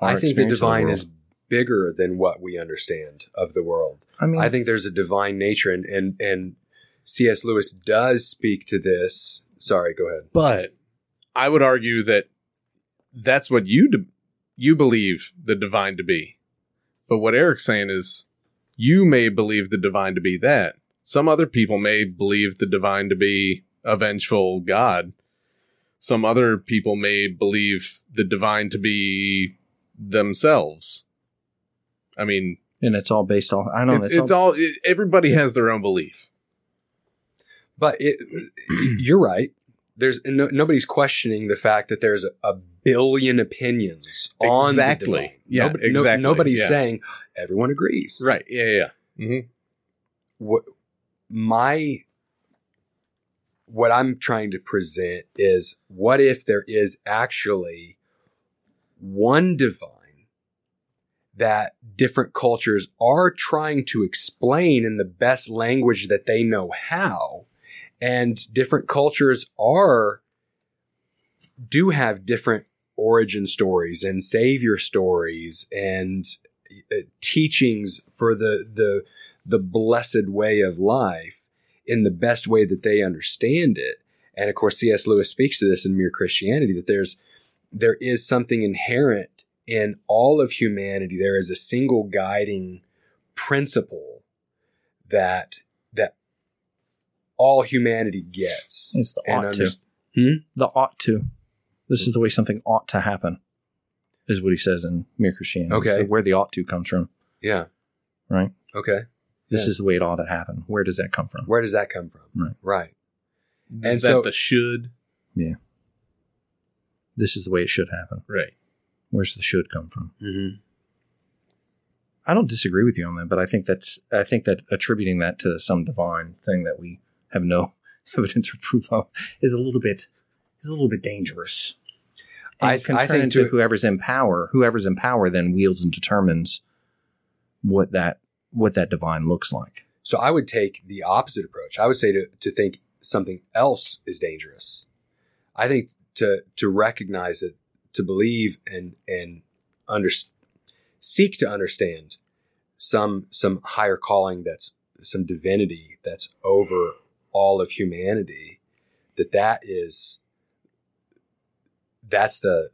our
I think the
experience of
divine
world.
is bigger than what we understand of the world.
I mean,
I think there's a divine nature, and and and C.S. Lewis does speak to this. Sorry, go ahead.
But I would argue that that's what you de- you believe the divine to be. But what Eric's saying is you may believe the divine to be that. Some other people may believe the divine to be a vengeful god. Some other people may believe the divine to be themselves. I mean,
and it's all based off. I don't. know.
it's, it's all it, everybody has their own belief.
But it, you're right. There's no, nobody's questioning the fact that there's a, a billion opinions on
Exactly.
The divine.
Yeah,
Nobody- no-
exactly.
nobody's
Yeah.
saying everyone agrees.
Right. Yeah. Yeah. yeah. hmm
what my what I'm trying to present is what if there is actually one divine that different cultures are trying to explain in the best language that they know how and different cultures are do have different origin stories and savior stories and uh, teachings for the the the blessed way of life in the best way that they understand it. And of course, C.S. Lewis speaks to this in Mere Christianity that there's there is something inherent in all of humanity. There is a single guiding principle that that all humanity gets.
It's the
and
ought to. Hmm?
under-
the ought to. This is the way something ought to happen, is what he says in Mere Christianity. It's
Okay.
the- where the ought to comes from,
Yeah.
right?
Okay.
This
Yeah.
is the way it ought to happen. Where does that come from?
Where does that come from?
Right.
Right.
Is
And
that
so-
the should?
This is the way it should happen.
Right.
Where's the should come from?
Mm-hmm.
I don't disagree with you on that, but I think that's I think that attributing that to some divine thing that we have no evidence or proof of is a little bit is a little bit dangerous.
I-
And can
I
turn
think
into
to-
whoever's in power, whoever's in power then wields and determines what that what that divine looks like.
So I would take the opposite approach. I would say to, to think something else is dangerous. I think to to recognize it, to believe and and under, seek to understand some some higher calling that's some divinity that's over all of humanity. That that is that's the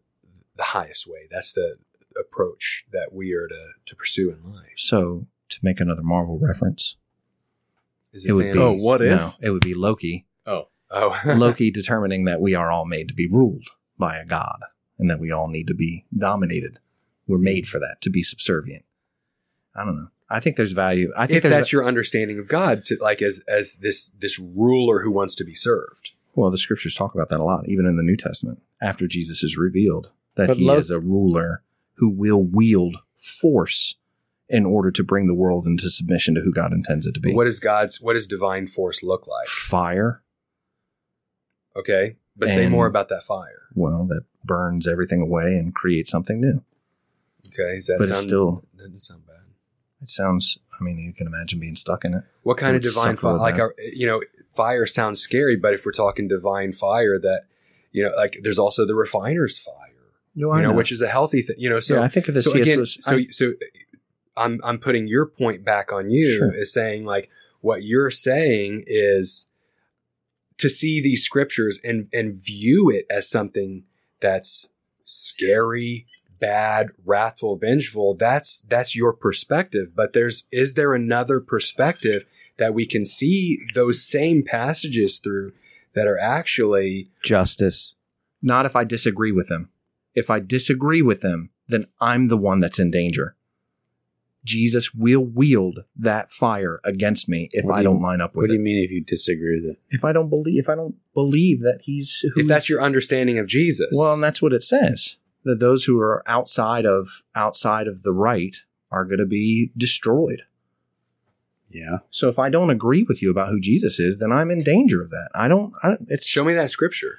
the highest way. That's the approach that we are to, to pursue in life.
So, to make another Marvel reference,
Is
it, would be
Oh, what if?
no, it would be Loki.
Oh,
Oh,
Loki determining that we are all made to be ruled by a god and that we all need to be dominated. We're made for that to be subservient. I don't know. I think there's value. I think
if
there's
that's your understanding of God, to like as as this this ruler who wants to be served.
well, the scriptures talk about that a lot, even in the New Testament. After Jesus is revealed that
But
he
Lo-
is a ruler who will wield force in order to bring the world into submission to who God intends it to be.
What is God's what does divine force look like?
fire?
Okay, But say
And-
more about that fire.
Well, that burns everything away and creates something new.
Okay, is that
but
sound,
it's still,
that doesn't sound bad.
it sounds. I mean, you can imagine being stuck in it.
What kind
It
of
would
divine
suck a
fire?
little
Like,
bit.
our, you know, fire sounds scary, but if we're talking divine fire, that you know, like, there's also the refiner's fire, you know, which is a healthy thing, you know. So,
yeah, I think of the
so
CS.
again,
Lewis-
so
I-
so I'm I'm putting your point back on you
Sure.
is saying like what you're saying is to see these scriptures and and view it as something that's scary, bad, wrathful, vengeful. That's that's your perspective. But there's is there another perspective that we can see those same passages through that are actually
justice. Not if I disagree with them. If I disagree with them, then I'm the one that's in danger. Jesus will wield that fire against me if
What do
I
you-
don't line up
What
with
do
it.
you mean if you disagree with it?
If I don't believe, if I don't believe that he's who
if that's your understanding of Jesus.
well, and that's what it says that those who are outside of outside of the right are going to be destroyed.
Yeah.
So if I don't agree with you about who Jesus is, then I'm in danger of that. I don't. I don't it's
show me that scripture.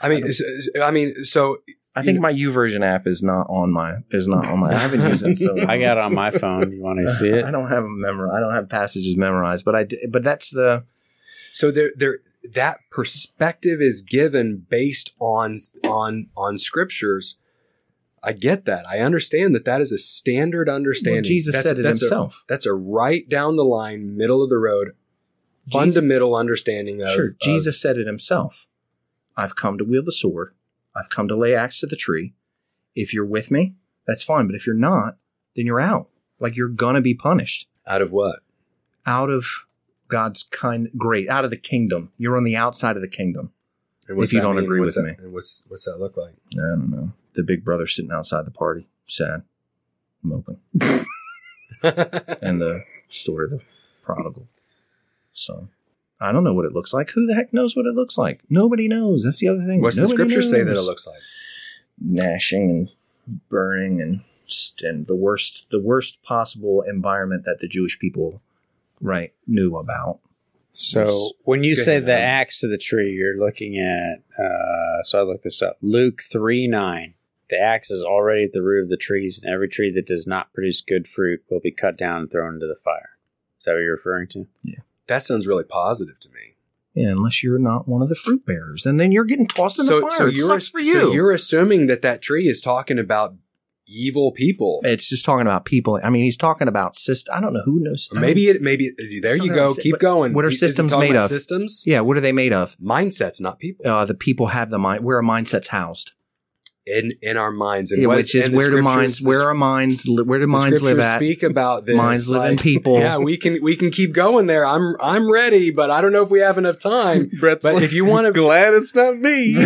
I mean, s- s- I mean, so
I think my U version app is not on my is not on my. I haven't used it in so long.
I got it on my phone. You want to see it?
I don't have them memorized. I don't have passages memorized, but I. d- But that's the
so there, there, that perspective is given based on on on scriptures. I get that. I understand that that is a standard understanding.
well, Jesus
That's-
said it
that's a-
himself.
that's a right down the line, middle of the road, fundamental understanding of
sure,
of-
Jesus said it himself. I've come to wield the sword. I've come to lay axe to the tree. If you're with me, that's fine. But if you're not, then you're out. Like you're gonna be punished
out of what?
out of God's kind, great out of the kingdom. You're on the outside of the kingdom.
And
If you
that
don't agree
What's
with
that- and what's what's that look like?
I don't know. The big brother sitting outside the party, sad, moping. and the story of the prodigal son. I don't know what it looks like. Who the heck knows what it looks like? Nobody knows. That's the other thing.
What's the
Nobody
scripture say that it
knows.
looks like?
Gnashing and burning and st- and the worst the worst possible environment that the Jewish people right knew about.
So when you
Go
say
ahead,
the
Adam.
axe to the tree, you're looking at. Uh, so I looked this up. Luke three nine. The axe is already at the root of the trees, and every tree that does not produce good fruit will be cut down and thrown into the fire. Is that what you're referring to?
That sounds really positive to me.
Yeah, unless you're not one of the fruit bearers, and then you're getting tossed in the fire. it sucks for you.
so you're assuming that that tree is talking about evil people.
it's just talking about people. I mean, he's talking about system. I don't know who knows. I mean,
maybe it. Maybe there
Something
you go.
else-
Keep
but
going.
what are
Is it
systems
talking
made
about
of?
Systems,
yeah. What are they made of?
mindsets, not people.
Uh, the people have the mind. Where are mindsets housed?
in in our minds, and
Yeah,
what
which is
and the
where do
scriptures-
minds where are minds li- where do
the
minds live
scriptures
at?
Speak about this.
Minds live in
like,
people.
Yeah, we can we can keep going there. I'm I'm ready, but I don't know if we have enough time.
Brett's
But
like,
if you want to,
glad it's not me.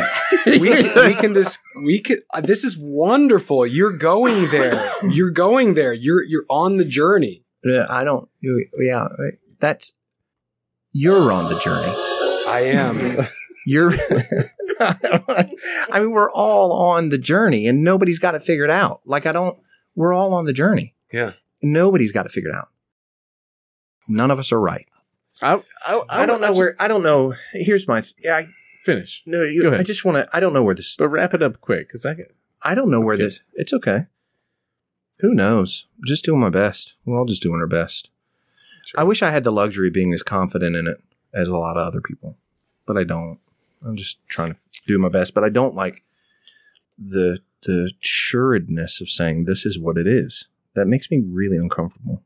we can, we can just we could. Uh, this is wonderful. You're going there. You're going there. You're you're on the journey.
Yeah, Uh, I don't. you- Yeah, that's you're on the journey.
I am.
You're. I mean, we're all on the journey, and nobody's got it figured out. Like I don't. We're all on the journey.
Yeah.
Nobody's got it figured out. None of us are right.
I, I,
I don't know where. I don't know. Here's my. Yeah. I,
Finish,
no. You,
Go ahead.
I just want to. I don't know where this.
but wrap it up quick because I get.
I don't know where this. It's okay. Who knows? I'm just doing my best. We're all just doing our best. I wish I had the luxury of being as confident in it as a lot of other people, but I don't. I'm just trying to do my best, but I don't like the the assuredness of saying this is what it is. That makes me really uncomfortable.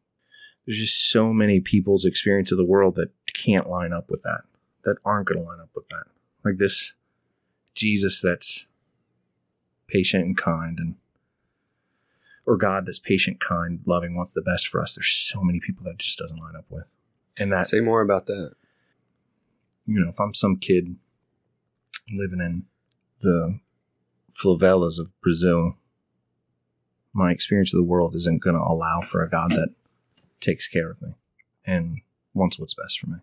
There's just so many people's experience of the world that can't line up with that, that aren't going to line up with that. Like this Jesus that's patient and kind and or God that's patient, kind, loving, wants the best for us. There's so many people that it just doesn't line up with. And that
Say more about that.
you know, if I'm some kid living in the favelas of Brazil, my experience of the world isn't going to allow for a God that takes care of me and wants what's best for me.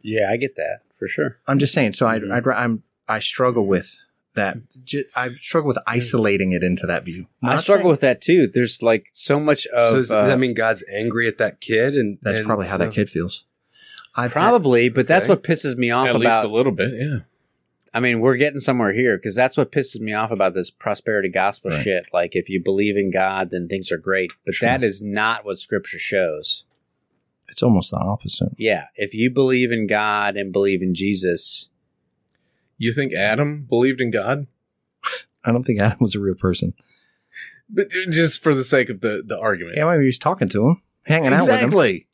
Yeah, I get that for sure.
I'm just saying. So I, I'd, ra- I'm, I struggle with that. Ju- I struggle with isolating it into that view.
I
Not
struggle
saying-
with that too. There's like so much of.
so does that
uh,
mean God's angry at that kid? And
That's
and
probably how
so-
that kid feels. I've had-
Probably, but that's
Okay.
what pisses me off
At least
about
a little bit, yeah.
I mean, we're getting somewhere here because that's what pisses me off about this prosperity gospel shit. Like, if you believe in God, then things are great. But that is not what scripture shows.
it's almost the opposite.
Yeah. If you believe in God and believe in Jesus,
You think Adam believed in God?
I don't think Adam was a real person.
But j- just for the sake of the, the argument.
Yeah, maybe he was talking to him, hanging out with him.
exactly.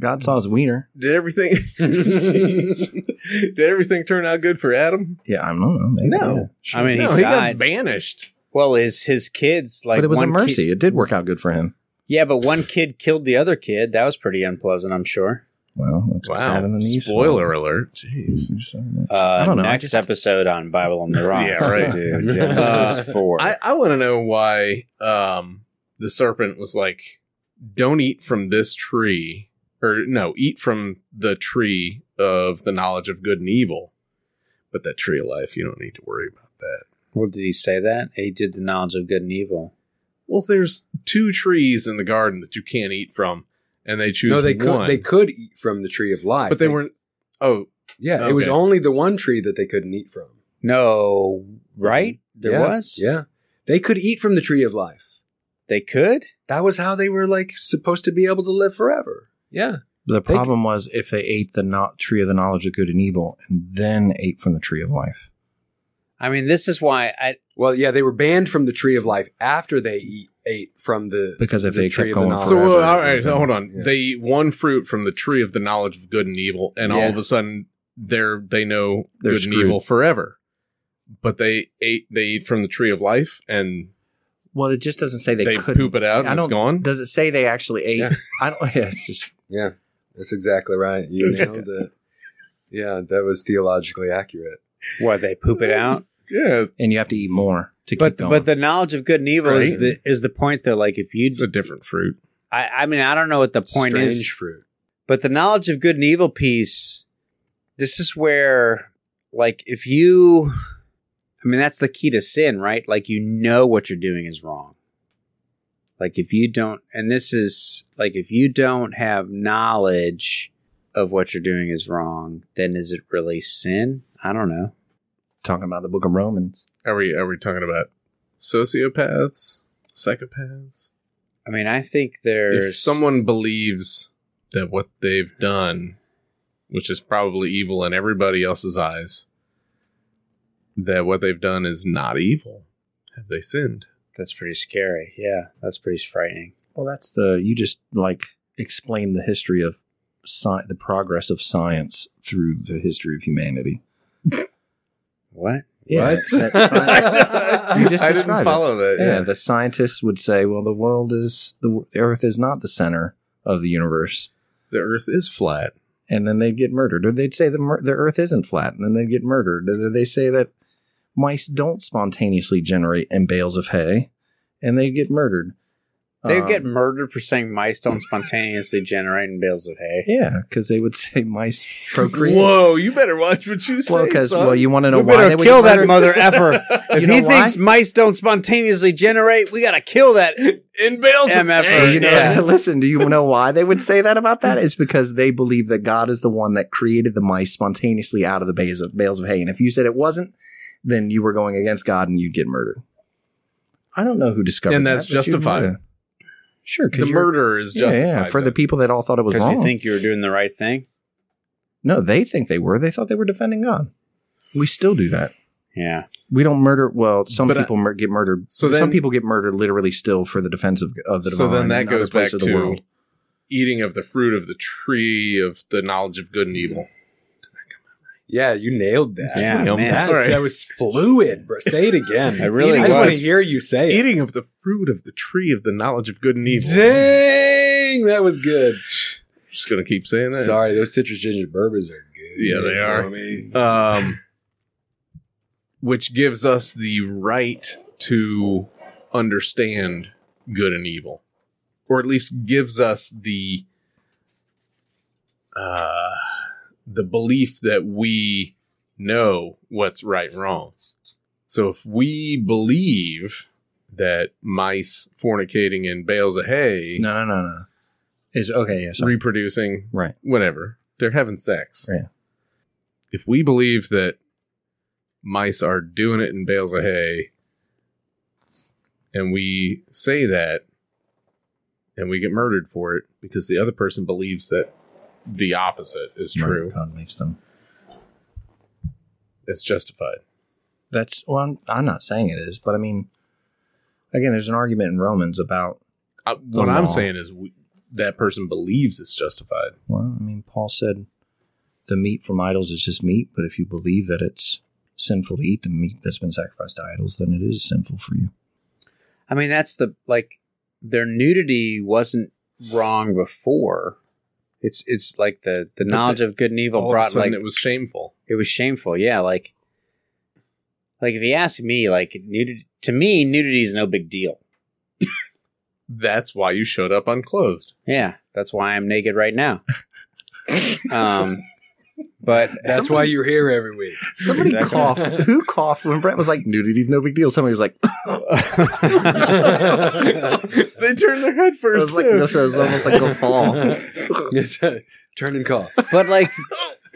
God saw his wiener.
Did everything Did everything turn out good for Adam?
Yeah, I don't know. Maybe,
No.
yeah, sure.
I mean,
No,
he
he got
died.
banished.
well, his his kids like
but it was a
one
mercy.
kid-
it did work out good for him.
yeah, but one kid killed the other kid. That was pretty unpleasant, I'm sure.
Well, that's Adam
Wow.
and Eve.
Spoiler alert. Jeez.
Uh,
I don't know, I
Next
just-
episode on Bible on the Rock.
Yeah, right.
Dude, Genesis four.
I, I want to know why um, the serpent was like, don't eat from this tree, or no, eat from the tree of the knowledge of good and evil. But that tree of life, you don't need to worry about that.
well, did he say that? He did the knowledge of good and evil.
Well, there's two trees in the garden that you can't eat from, and they choose
No, they
one,
could they could eat from the tree of life,
but they weren't. Oh,
Yeah, it was
Okay.
only the one tree that they couldn't eat from.
No, right? There
Yeah,
was.
Yeah, they could eat from the tree of life.
They could.
That was how they were like supposed to be able to live forever. Yeah,
The problem was if they ate the no- tree of the knowledge of good and evil and then ate from the tree of life.
I mean, this is why I
Well, yeah, they were banned from the tree of life after they eat, ate from the
Because if
the
they kept
tree of the
going
knowledge.
so
forever.
well, all right. Hold on.
Yeah.
They eat one fruit from the tree of the knowledge of good and evil, and all
Yeah.
of a sudden they're they know
They're
good and
screwed.
evil forever. But they ate they eat from the tree of life, and
Well, it just doesn't say
they,
they, couldn't.
poop it out,
I
and it's
don't-
gone.
Does it say they actually ate?
Yeah.
I don't. Yeah, it's just
yeah, that's exactly right. You nailed it. Yeah, that was theologically accurate.
what they poop it out.
yeah,
and you have to eat more to
But
keep going.
but the knowledge of good and evil is
Right.
the is the point though. Like if you,
it's a different fruit.
I, I mean, I don't know what the point
Strange
is,
fruit.
but the knowledge of good and evil piece. This is where, like, if you, I mean, that's the key to sin, right? Like, you know what you're doing is wrong. Like, if you don't, and this is like, if you don't have knowledge of what you're doing is wrong, then is it really sin? I don't know.
talking about the Book of Romans.
Are we are we talking about sociopaths, psychopaths?
I mean, I think there's
If someone believes that what they've done, which is probably evil in everybody else's eyes, that what they've done is not evil, have they sinned?
That's pretty scary. Yeah, that's pretty frightening.
Well, that's the you just like explain the history of sci- the progress of science through the history of humanity.
What?
Yeah, that- that sci- you just described it.
that.
yeah, the scientists would say, "Well, the world is the w- Earth is not the center of the universe,"
The earth is flat.
and then they'd get murdered, or they'd say the mur- the Earth isn't flat, and then they'd get murdered, or they say that mice don't spontaneously generate in bales of hay, and they'd get murdered.
They
Um,
get murdered for saying mice don't spontaneously generate in bales of hay.
yeah, because they would say mice procreate.
Whoa, you better watch what you say.
Well, because
son.
well, you want to know
We
why
better
they would
kill
get
that
murdered?
mother effer. If
You know
he
why?
thinks mice don't spontaneously generate, we gotta kill that
in bales of
mf'er.
hay.
You know,
yeah.
listen, do you know why they would say that about that? It's because they believe that God is the one that created the mice spontaneously out of the bales of, bales of hay. And if you said it wasn't, then you were going against God and you'd get murdered. I don't know who discovered
And that's
that, but you
justified.
might have. Sure. 'cause
The
you're-
murder is
Yeah,
justified.
yeah, for the
then.
people that all thought it was
because
wrong.
you think you were doing the right thing.
no, they think they were. They thought they were defending God. We still do that.
Yeah,
We don't murder. Well, some
But I-
people mur- get murdered.
So then-
some people get murdered literally still for the defense of, of the
so
divine.
then that
and other
goes back
places of
to
the world.
eating of the fruit of the tree of the knowledge of good and evil.
Yeah, you nailed that.
yeah,
Yeah,
man.
That, that was fluid, bro. Say it again.
It really
I just want
was.
to hear you say it.
Eating of the fruit of the tree of the knowledge of good and evil.
Dang, that was good.
Just gonna keep saying that.
Sorry, those citrus ginger bourbons are good.
Yeah, they
You know
are.
what I mean?
Um, which gives us the right to understand good and evil, or at least gives us the uh, the belief that we know what's right and wrong. So if we believe that mice fornicating in bales of hay,
No, no, no, no. Is okay. Yeah, sorry.
reproducing,
Right.
Whatever. They're having sex.
Yeah.
If we believe that mice are doing it in bales of hay, and we say that, and we get murdered for it because the other person believes that the opposite is true,
God makes them.
it's justified.
That's well, I'm, I'm not saying it is, but I mean, again, there's an argument in Romans about
I, Uh, what
law.
I'm saying is we, that person believes it's justified.
Well, I mean, Paul said the meat from idols is just meat, but if you believe that it's sinful to eat the meat that's been sacrificed to idols, then it is sinful for you.
I mean, that's the like their nudity wasn't wrong before. It's it's like the the knowledge of good and evil
All of a
brought
sudden,
like
it was shameful.
it was shameful. Yeah, like like if you ask me, like nudity to me, nudity is no big deal.
That's why you showed up unclothed.
Yeah, that's why I'm naked right now. um, but
That's why you're here every week.
Somebody
Exactly.
coughed. Who coughed when Brent was like, nudity's no big deal? Somebody was like,
They turned their head
it
first.
was, like
too.
it was almost like a fall.
Yes. uh, Turn and cough.
but like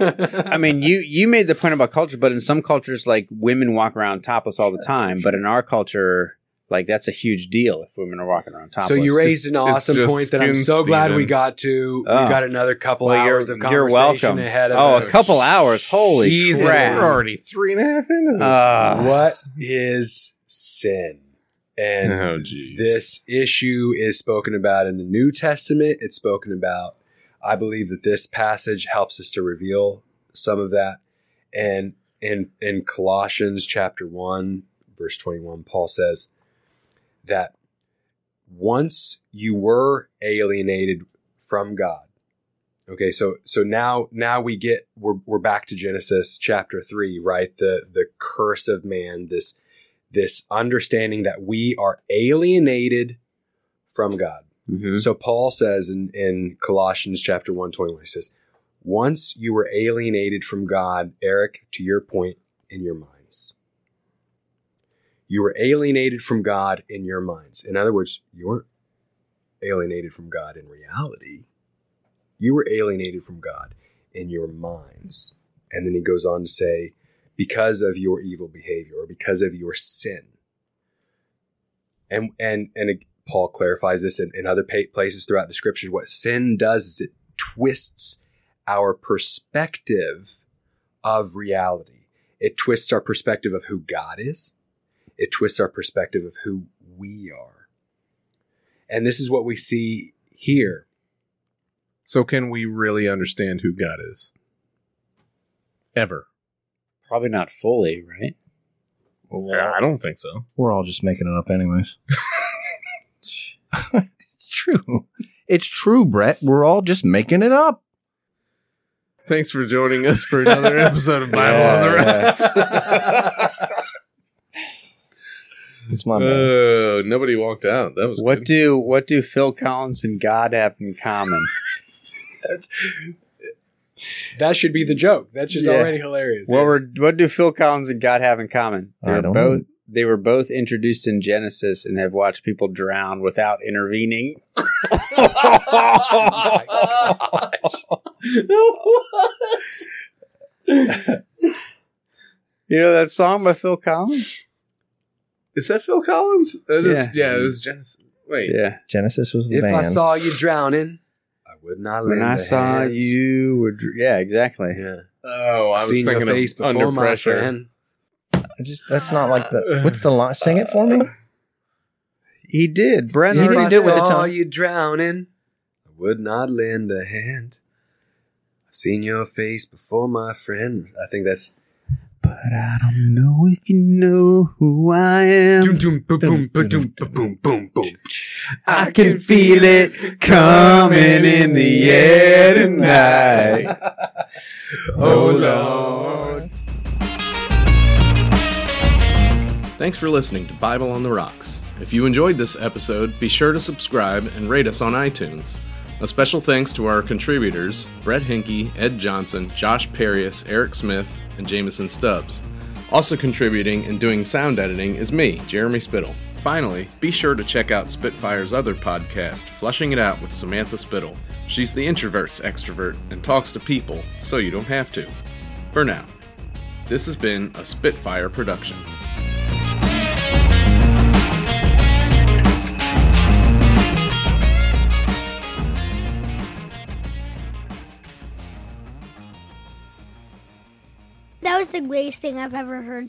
i mean you you made the point about culture but in some cultures like women walk around topless all the time but in our culture like that's a huge deal if women are walking around topless
So you raised an
it's
awesome
just
point that I'm
skin
so glad we
steaming.
got to.
Oh.
We got another couple
Well,
hours of
you're
conversation
welcome
ahead of
oh
us.
a couple hours holy
Jesus, we're
crap
already
Three and a half into this.
Uh,
what is sin? And
oh, jeez.
this issue is spoken about in the New Testament. It's spoken about. I believe that this passage helps us to reveal some of that. And in in Colossians chapter 1, verse 21, Paul says that once you were alienated from God. Okay, so so now now we get we're we're back to Genesis chapter 3, right? The the curse of man, this this understanding that we are alienated from God.
Mhm.
So Paul says in, in Colossians chapter 1, 21, he says, Once you were alienated from God, Eric, to your point, in your minds. You were alienated from God in your minds. In other words, you weren't alienated from God in reality. You were alienated from God in your minds. And then he goes on to say, because of your evil behavior or because of your sin. And and and it- Paul clarifies this in, in other pa- places throughout the scriptures. What sin does is it twists our perspective of reality. It twists our perspective of who God is. It twists our perspective of who we are. And this is what we see here.
So can we really understand who God is? Ever?
probably not fully right
I don't think so.
We're all just making it up, anyways. it's true. It's true, Brett. We're all just making it up.
Thanks for joining us for another episode of Bible on the Rocks.
It's my bad.
Oh, nobody walked out. That was
what
good.
do what do phil collins and god have in common
That should be the joke. That's just
Yeah.
already hilarious.
what were what do phil collins and god have in common
I
were
don't
both
know.
they were both introduced in genesis and have watched people drown without intervening
Oh
You know that song by Phil Collins?
Is that Phil Collins? That is- yeah.
Yeah.
it was Genesis. Wait.
Yeah.
Genesis was the
If
band.
I saw you drowning, I would not lend
When I
a
saw
hand.
you were dr- yeah, exactly.
Yeah.
Oh, I was
Seen your
thinking
face
of Under
before, my
Pressure.
friend.
I just that's not like the what's the line? Sing it for me.
He did. Brent
If
already
I
did with the
saw
tongue.
you drowning, I would not lend a hand. I've seen your face before, my friend. I think that's.
But I don't know if you know who I am.
Doom, doom, boom, boom, boom, doom, boom, boom, boom, boom.
I can feel it coming in the air tonight.
Oh, Lord.
Thanks for listening to Bible on the Rocks. If you enjoyed this episode, be sure to subscribe and rate us on iTunes. A special thanks to our contributors, Brett Hinkey, Ed Johnson, Josh Perius, Eric Smith, and Jameson Stubbs. Also contributing and doing sound editing is me, Jeremy Spittle.
Finally, be sure to check out Spitfire's other podcast, Flushing It Out with Samantha Spittle. She's the introvert's extrovert and talks to people, so you don't have to. For now, this has been a Spitfire production.
That was the greatest thing I've ever heard.